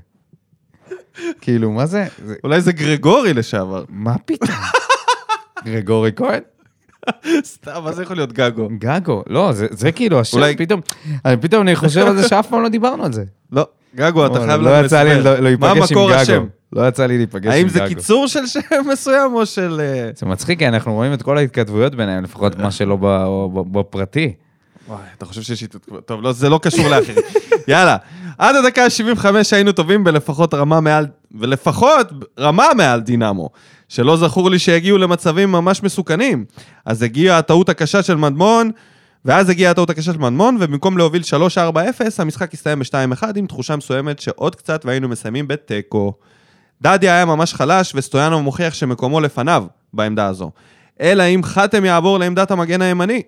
B: כאילו, מה זה? זה-
A: אולי זה גרגורי לשעבר. *laughs*
B: מה פתאום? גרגורי כהן?
A: סתם, מה זה יכול להיות גגו?
B: גגו, לא, זה, זה כאילו השם,
A: אולי-
B: אולי... פתאום, אני פתאום אני חושב על זה שאף פעם לא דיברנו על זה.
A: לא, גגו, אתה
B: לא,
A: חייב
B: לא
A: לנו
B: יצא לי
A: לספר.
B: לא- לא
A: מה
B: להיפגש עם
A: מקור
B: גגו.
A: השם?
B: לא יצא לי להיפגש עם גגו.
A: האם זה קיצור של שם *laughs* מסוים או של... אה,
B: זה מצחיק, כי אנחנו רואים את כל ההתכתבויות ביניהם, לפחות מה שלא ב- ב- בפרטי.
A: וואי, אתה חושב שיש התעדכנות? טוב, לא, זה לא קשור
B: *laughs*
A: לאחרים. יאללה, עד הדקה ה-75 היינו טובים בלפחות רמה מעל, ולפחות רמה מעל דינמו, שלא זכור לי שהגיעו למצבים ממש מסוכנים. אז הגיעה הטעות הקשה של מדמון, ואז הגיעה הטעות הקשה של מדמון, ובמקום להוביל 3-4-0, המשחק הסתיים ב-2-1 עם תחושה מסוימת שעוד קצת והיינו מסיימים בתיקו. דדיה היה ממש חלש, וסטויאנוב מוכיח שמקומו לפניו בעמדה הזו. אלא אם חתם יעבור לעמדת המגן הימני.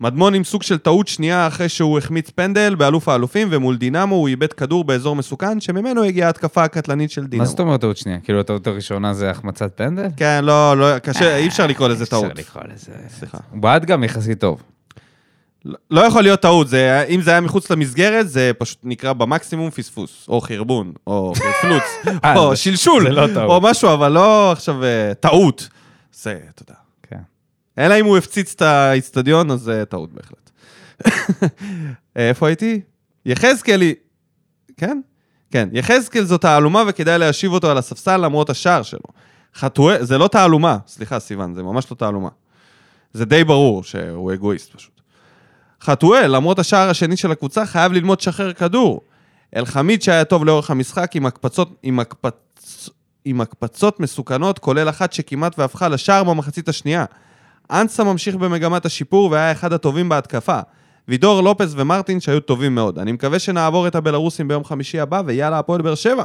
A: מדמון עם סוג של טעות שנייה אחרי שהוא החמיץ פנדל באלוף האלופים, ומול דינמו הוא איבד כדור באזור מסוכן, שממנו הגיעה ההתקפה הקטלנית של דינמו.
B: מה זאת אומרת טעות שנייה? כאילו, הטעות הראשונה זה החמצת פנדל?
A: כן, לא, לא, קשה, אי אפשר לקרוא לזה טעות.
B: אפשר לקרוא לזה.
A: סליחה.
B: הוא בעט גם יחסית טוב.
A: לא- לא יכול להיות טעות, זה, היה- אם זה היה מחוץ למסגרת, זה פשוט נקרא במקסימום פספוס, או חרבון, או חפלוץ,
B: אה,
A: או
B: זה-
A: שלשול,
B: זה לא טעות.
A: או משהו, אבל לא עכשיו אה, טעות. זה, אתה יודע.
B: כן.
A: אלא אם הוא הפציץ את האיצטדיון, אז זה טעות בהחלט. אה, איפה הייתי? יחזקאל היא... כן? כן. יחזקאל זו תעלומה וכדאי להשיב אותו על הספסל למרות השער שלו. חתואל... זה לא תעלומה. סליחה, סיוון, זה ממש לא תעלומה. זה די ברור שהוא אגואיסט פשוט. חתואל, למרות השער השני של הקבוצה, חייב ללמוד לשחרר כדור. אלחמיד שהיה טוב לאורך המשחק עם הקפצות, עם הקפצ... עם הקפצות מסוכנות, כולל אחת שכמעט והפכה לשער במחצית השנייה. אנסה ממשיך במגמת השיפור והיה אחד הטובים בהתקפה. וידור, לופס ומרטין שהיו טובים מאוד. אני מקווה שנעבור את הבלרוסים ביום חמישי הבא, ויאללה, הפועל באר שבע.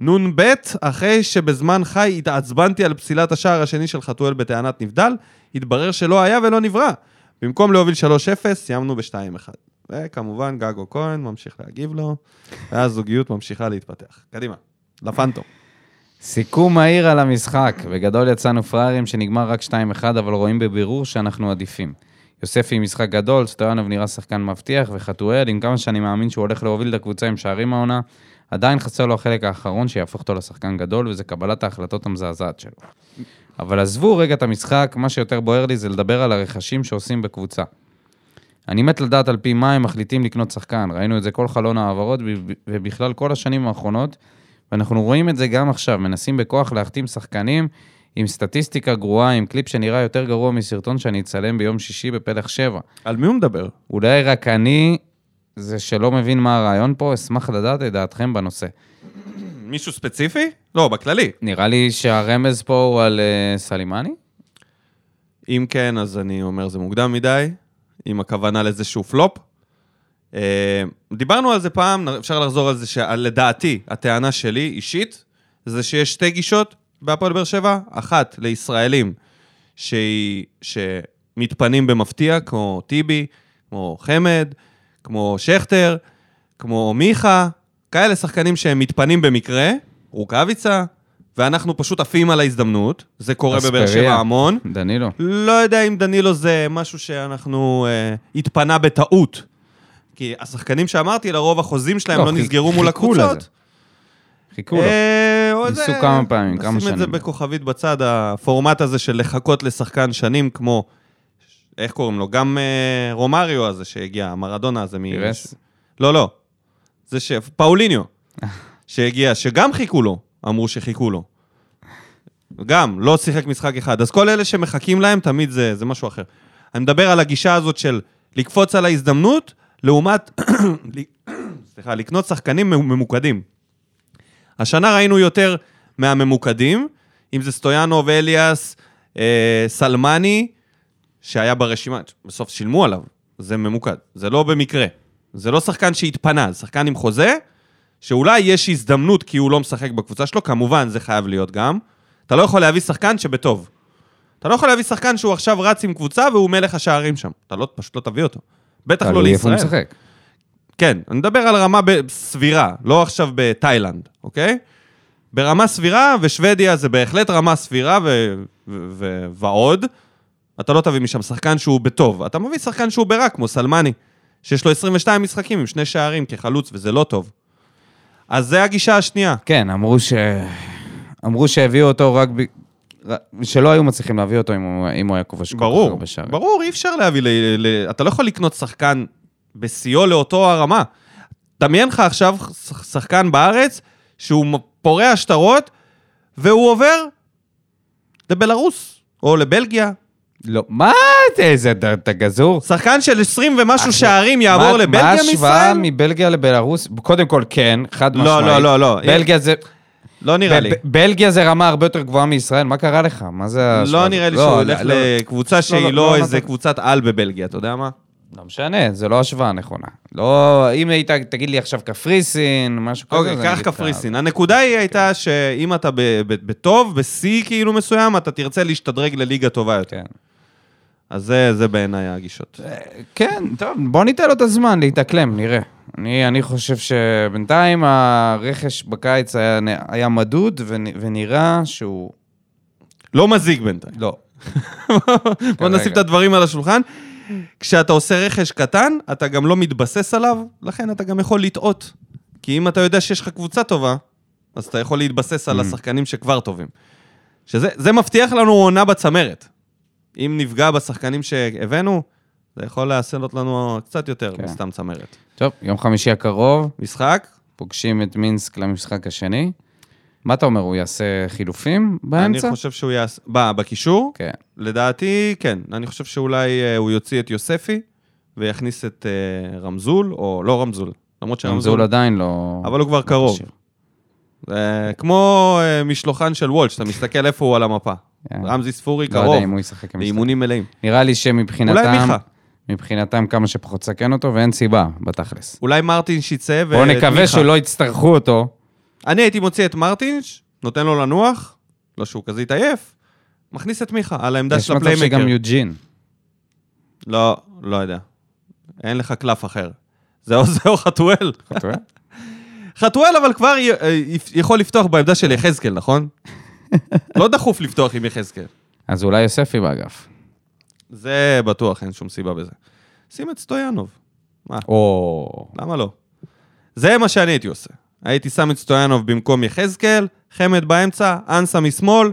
A: נ"ב, אחרי שבזמן חי התעצבנתי על פסילת השער השני של חתואל בטענת נבדל, התברר שלא היה ולא נברא. במקום להוביל 3-0, סיימנו ב-2-1. וכמובן, גגו כהן ממשיך להגיב לו, והזוגיות ממשיכה להתפתח. קדימה, לפנטום.
B: סיכום מהיר על המשחק. בגדול יצאנו פראיירים שנגמר רק 2-1, אבל רואים בבירור שאנחנו עדיפים. יוספי עם משחק גדול, סטויאנוב נראה שחקן מבטיח, וחתואל, עם כמה שאני מאמין שהוא הולך להוביל את הקבוצה עם שערים העונה, עדיין חסר לו החלק האחרון שיהפוך אותו לשחקן גדול, וזה קבלת ההחלטות המזעזעת שלו. אבל עזבו רגע את המשחק, מה שיותר בוער לי זה לדבר על הרכשים שעושים בקבוצה. אני מת לדעת על פי מה הם מחליטים לקנות שחקן, ראינו את זה כל חלון ההעברות וב- ובכלל כל השנים האחרונות, ואנחנו רואים את זה גם עכשיו, מנסים בכוח להחתים שחקנים עם סטטיסטיקה גרועה, עם קליפ שנראה יותר גרוע מסרטון שאני אצלם ביום שישי בפלח 7.
A: על מי הוא מדבר?
B: אולי רק אני זה שלא מבין מה הרעיון פה, אשמח לדעת את דעתכם בנושא.
A: מישהו ספציפי? לא, בכללי.
B: נראה לי שהרמז פה הוא על אה, סלימני?
A: אם כן, אז אני אומר זה מוקדם מדי, עם הכוונה לאיזשהו פלופ. אה, דיברנו על זה פעם, אפשר לחזור על זה שלדעתי, הטענה שלי אישית, זה שיש שתי גישות בהפועל באר שבע, אחת לישראלים שהיא, שמתפנים במפתיע, כמו טיבי, כמו חמד, כמו שכטר, כמו מיכה, כאלה שחקנים שהם מתפנים במקרה, רוקאביצה, ואנחנו פשוט עפים על ההזדמנות, זה קורה בבאר שבע
B: אספריה.
A: המון.
B: דנילו.
A: לא יודע אם דנילו זה משהו שאנחנו אה, התפנה בטעות. כי השחקנים שאמרתי, לרוב החוזים שלהם לא,
B: לא,
A: לא
B: חי-
A: נסגרו מול
B: חיכו לזה,
A: הקבוצות.
B: חיכו לו.
A: אה, או
B: ניסו
A: זה-
B: כמה פעמים, כמה
A: נשים את זה
B: שנים.
A: בכוכבית בצד, הפורמט הזה של לחכות לשחקן שנים, כמו, איך קוראים לו? גם אה, רומריו הזה שהגיע, המרדונה הזה מ...
B: פירס?
A: לא, לא. זה ש...
B: *laughs*
A: פאוליניו, שהגיע, שגם חיכו לו, אמרו שחיכו לו. גם, לא שיחק משחק אחד. אז כל אלה שמחכים להם, תמיד זה, זה משהו אחר. אני מדבר על הגישה הזאת של לקפוץ על ההזדמנות, לעומת... *coughs* סליחה, לקנות שחקנים ממוקדים. השנה ראינו יותר מהממוקדים, אם זה סטויאנוב, אליאס, אה, סלמני, שהיה ברשימה, בסוף שילמו עליו, זה ממוקד, זה לא במקרה. זה לא שחקן שהתפנה, זה שחקן עם חוזה, שאולי יש הזדמנות כי הוא לא משחק בקבוצה שלו, כמובן זה חייב להיות גם. אתה לא יכול להביא שחקן שבטוב. אתה לא יכול להביא שחקן שהוא עכשיו רץ עם קבוצה והוא מלך השערים שם. אתה לא, פשוט לא תביא אותו. בטח לא
B: תלוי איפה הוא
A: לישראל.
B: משחק.
A: כן, אני מדבר על רמה ב- סבירה, לא עכשיו בתאילנד, אוקיי? ברמה סבירה, ושוודיה זה בהחלט רמה סבירה ו- ו- ו- ועוד. אתה לא תביא משם שחקן שהוא בטוב, אתה מביא שחקן שהוא ברע, כמו סלמני, שיש לו 22 משחקים עם שני שערים כחלוץ, וזה לא טוב. אז זה הגישה השנייה.
B: כן, אמרו ש... אמרו שהביאו אותו רק ב... ר- שלא היו מצליחים להביא אותו אם הוא, אם הוא היה כובש כל כך
A: ברור,
B: הרבה שערים.
A: ברור, אי אפשר להביא, ל, ל, ל, אתה לא יכול לקנות שחקן בשיאו לאותו הרמה. דמיין לך עכשיו שח- שחקן בארץ שהוא מ- פורע שטרות והוא עובר לבלארוס או לבלגיה.
B: לא, מה? אתה- איזה, אתה- אתה גזור?
A: שחקן של 20 ומשהו שערים יעבור
B: אה, מה-
A: לבלגיה
B: מה ההשוואה
A: מישראל?
B: מבלגיה לבלארוס? קודם כל, כן, חד
A: לא,
B: משמעית.
A: לא, לא, לא.
B: בלגיה זה...
A: לא נראה לי.
B: ב- בלגיה זה רמה הרבה יותר גבוהה מישראל, מה קרה לך? מה זה
A: לא
B: ההשוואה הזאת?
A: נראה לי שהוא הולך
B: לא,
A: לקבוצה שהיא
B: לא, לא
A: לא איזה
B: נתן.
A: קבוצת על בבלגיה, אתה יודע מה?
B: לא משנה, זה לא השוואה נכונה. לא, אם היית, תגיד לי עכשיו קפריסין, משהו כזה,
A: אוקיי,
B: אז אני
A: קח
B: אגיד לך.
A: קפריסין. הנקודה היא הייתה שאם אתה ב- ב- בטוב, בשיא כאילו מסוים, אתה תרצה להשתדרג לליגה טובה יותר.
B: כן.
A: אז זה- זה בעיניי הגישות.
B: כן, טוב, בוא ניתן לו את הזמן להתאקלם, נראה. אני, אני חושב שבינתיים הרכש בקיץ היה, היה מדוד ונ- ונראה שהוא...
A: לא מזיק
B: *laughs*
A: בינתיים.
B: לא.
A: בוא נשים את הדברים על השולחן. כשאתה עושה רכש קטן, אתה גם לא מתבסס עליו, לכן אתה גם יכול לטעות. כי אם אתה יודע שיש לך קבוצה טובה, אז אתה יכול להתבסס
B: Mm.
A: על השחקנים שכבר טובים. שזה זה מבטיח לנו עונה בצמרת. אם נפגע בשחקנים שהבאנו, זה יכול לעשות לנו קצת יותר
B: כן.
A: מסתם צמרת.
B: טוב, יום חמישי הקרוב,
A: משחק,
B: פוגשים את מינסק למשחק השני. מה אתה אומר, הוא יעשה חילופים
A: אני
B: באמצע?
A: חושב שהוא יעשה... ב- בקישור?
B: כן.
A: לדעתי, כן. אני חושב שאולי אה, הוא יוציא את יוספי ויכניס את אה, רמזול, או לא רמזול, למרות
B: רמזול
A: שרמזול...
B: עדיין לא...
A: אבל הוא כבר קרוב. אה, כמו אה, משלוחן של וולש, אתה מסתכל איפה הוא על המפה.
B: כן.
A: רמזי ספורי
B: לא
A: קרוב,
B: יודע אם הוא ישחק עם משחק.
A: לאימונים מלאים.
B: נראה לי שמבחינתם...
A: אולי מיכה.
B: מבחינתם כמה שפחות סכן אותו, ואין סיבה, בתכלס.
A: אולי מרטינש יצא ו...
B: בואו נקווה שלא יצטרכו אותו.
A: אני הייתי מוציא את מרטינש, נותן לו לנוח, לא שהוא כזה התעייף, מכניס את מיכה על העמדה
B: יש
A: של
B: מצב
A: הפליימקר.
B: שגם יוג'ין.
A: לא, לא יודע. אין לך קלף אחר. זה *laughs* או זה או חתואל.
B: אתה טועה?
A: חתואל אבל כבר י- אה, יפ- יכול לפתוח בעמדה של יחזקאל, נכון? לא דחוף לפתוח עם יחזקאל.
B: אז אולי יוספי באגף.
A: זה בטוח, אין שום סיבה בזה. שים את סטויאנוב,
B: או...
A: למה לא? זה מה שאני הייתי עושה. הייתי שם את סטויאנוב במקום יחזקאל, חמד באמצע, אנסה משמאל,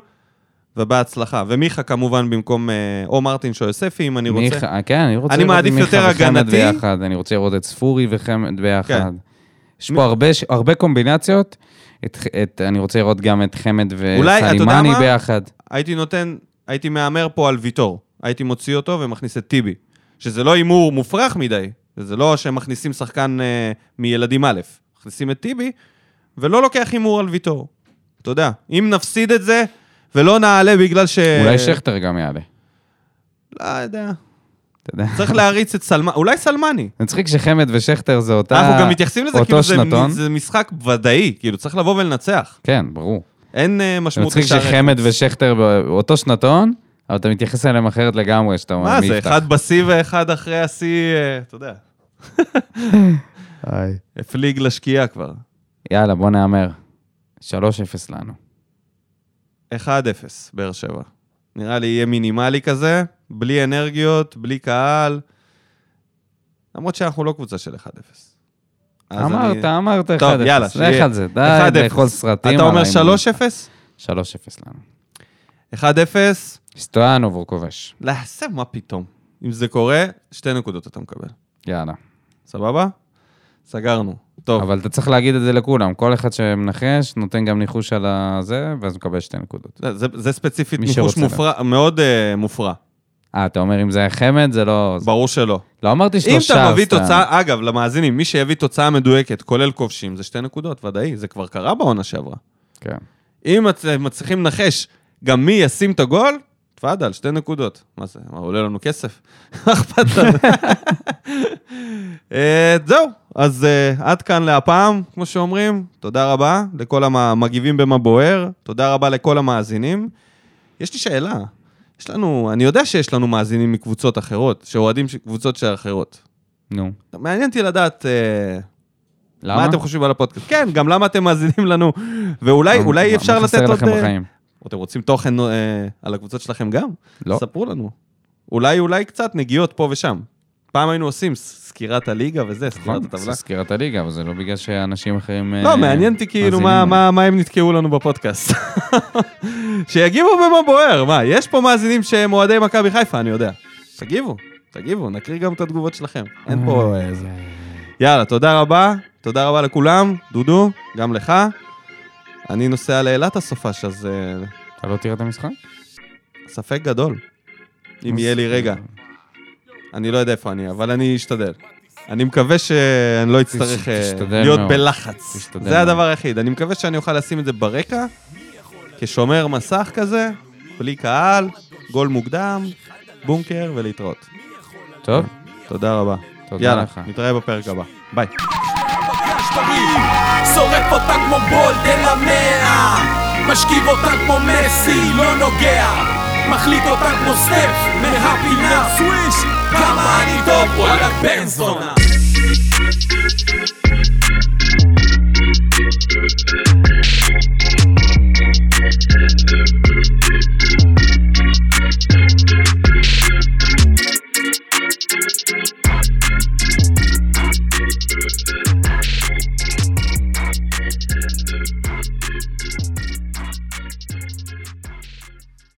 A: ובהצלחה. ומיכה כמובן במקום אה, או מרטינש או יוספי, אם אני רוצה.
B: מיכה, כן, אני רוצה
A: אני
B: לראות את
A: מעדיף
B: מיכה
A: יותר
B: וחמד
A: הגנתי.
B: ביחד, אני רוצה לראות את ספורי וחמד
A: כן.
B: ביחד. יש פה הרבה ש- הרבה קומבינציות. את- את- אני רוצה לראות גם את חמד
A: אולי, אתה יודע
B: וסלימני
A: מה?
B: ביחד.
A: הייתי נותן, הייתי מהמר פה על ויטור. הייתי מוציא אותו ומכניס את טיבי. שזה לא הימור מופרך מדי, זה לא שמכניסים שחקן אה, מילדים א', מכניסים את טיבי, ולא לוקח הימור על ויטור. אתה יודע, אם נפסיד את זה, ולא נעלה בגלל ש...
B: אולי שכטר גם יעלה.
A: לא יודע.
B: אתה יודע.
A: צריך להריץ את סלמני, אולי סלמני.
B: זה מצחיק שחמד ושכטר זה אותה...
A: אנחנו גם מתייחסים לזה
B: אותו
A: כאילו זה-
B: שנתון.
A: זה משחק ודאי, כאילו צריך לבוא ולנצח.
B: כן, ברור.
A: אין אה,
B: זה
A: משמעות
B: מצחיק שחמד ושכטר באותו שנתון, אבל אתה מתייחס אליהם אחרת לגמרי, שאתה אומר
A: מה
B: מי
A: זה,
B: יפתח.
A: אחד בשיא ואחד אחרי השיא, אה, אתה יודע,
B: היי.
A: הפליג לשקיעה כבר.
B: יאללה, בוא נהמר. 3-0 לנו.
A: 1-0, באר שבע. נראה לי יהיה מינימלי כזה, בלי אנרגיות, בלי קהל, למרות שאנחנו לא קבוצה של 1-0. אז
B: אמרת,
A: אני-
B: אמרת 1-0.
A: טוב, יאללה,
B: לך
A: שיהיה.
B: על זה, די
A: 1-0.
B: לאכול סרטים.
A: אתה
B: על
A: אומר
B: ההימורים.
A: 3-0?
B: 3-0 לנו.
A: 1-0?
B: סטויאנוב הוא כובש.
A: לא, זה מה פתאום. אם זה קורה, שתי נקודות אתה מקבל.
B: יאללה.
A: סבבה? סגרנו. טוב,
B: אבל אתה צריך להגיד את זה לכולם, כל אחד שמנחש נותן גם ניחוש על הזה, ואז מקבל שתי נקודות.
A: זה- זה- זה ספציפית
B: מי
A: ניחוש
B: שרוצה
A: מופרע, מאוד אה, מופרע.
B: אה, אתה אומר אם זה היה חמד, זה לא... זה-
A: ברור שלא.
B: לא אמרתי
A: אם
B: שלושה.
A: אתה מביא
B: סתם.
A: תוצאה, אגב, למאזינים, מי שיביא תוצאה מדויקת, כולל כובשים, זה שתי נקודות, ודאי, זה כבר קרה בעונה שעברה.
B: כן.
A: אם את- מצליחים לנחש גם מי ישים את הגול, תפאדל, שתי נקודות. מה זה, מה, עולה לנו כסף? *laughs* מה אכפת לנו? אה, זהו, אז אה, עד כאן להפעם, כמו שאומרים. תודה רבה לכל המגיבים במה בוער, תודה רבה לכל המאזינים. יש לי שאלה. יש לנו, אני יודע שיש לנו מאזינים מקבוצות אחרות, שאוהדים של קבוצות של אחרות.
B: נו.
A: מעניין אותי לדעת אה,
B: למה?
A: מה אתם חושבים על הפודקאסט. כן, גם למה אתם מאזינים לנו, ואולי
B: מה-
A: אולי
B: מה-
A: אפשר
B: מה חסר
A: לתת עוד...
B: לכם
A: אה,
B: בחיים?
A: אתם רוצים תוכן אה, על הקבוצות שלכם גם?
B: לא.
A: ספרו לנו. אולי, אולי קצת נגיעות פה ושם. פעם היינו עושים ס- סקירת הליגה וזה, סקירת
B: נכון, זה
A: הטבלה.
B: סגירת הליגה, אבל זה לא בגלל שאנשים אחרים...
A: לא,
B: אה,
A: מעניין אותי כאילו
B: מאזינים
A: מה-
B: לנו.
A: מה מה הם נתקעו לנו בפודקאסט. *laughs* שיגיבו במה בוער, מה, יש פה מאזינים שהם אוהדי מכבי חיפה, אני יודע. תגיבו, תגיבו, נקריא גם את התגובות שלכם. אין פה... אה, זה. יאללה, תודה רבה, תודה רבה לכולם, דודו, גם לך. אני נוסע לאילת הסופש, אז אה,
B: אתה לא תראה את המשחק?
A: ספק גדול. אם יהיה לי רגע. אני לא יודע איפה אני, אבל אני אשתדל. אני מקווה שאני לא אצטרך אה,
B: תשתדל
A: להיות
B: מאוד.
A: בלחץ.
B: תשתדל
A: זה הדבר
B: מאוד.
A: היחיד. אני מקווה שאני אוכל לשים את זה ברקע, כשומר מסך כזה, בלי קהל, גול מוקדם, בונקר ולהתראות.
B: טוב.
A: תודה רבה.
B: תודה
A: יאללה,
B: לך.
A: נתראה בפרק הבא. ביי.
C: פגש בריב, שורף אותה כמו בולד אל המאה משכיב אותה כמו מסי, לא נוגע מחליט אותה כמו סטף, מהפינה סוויש כמה אני טוב, וואלה בן זונה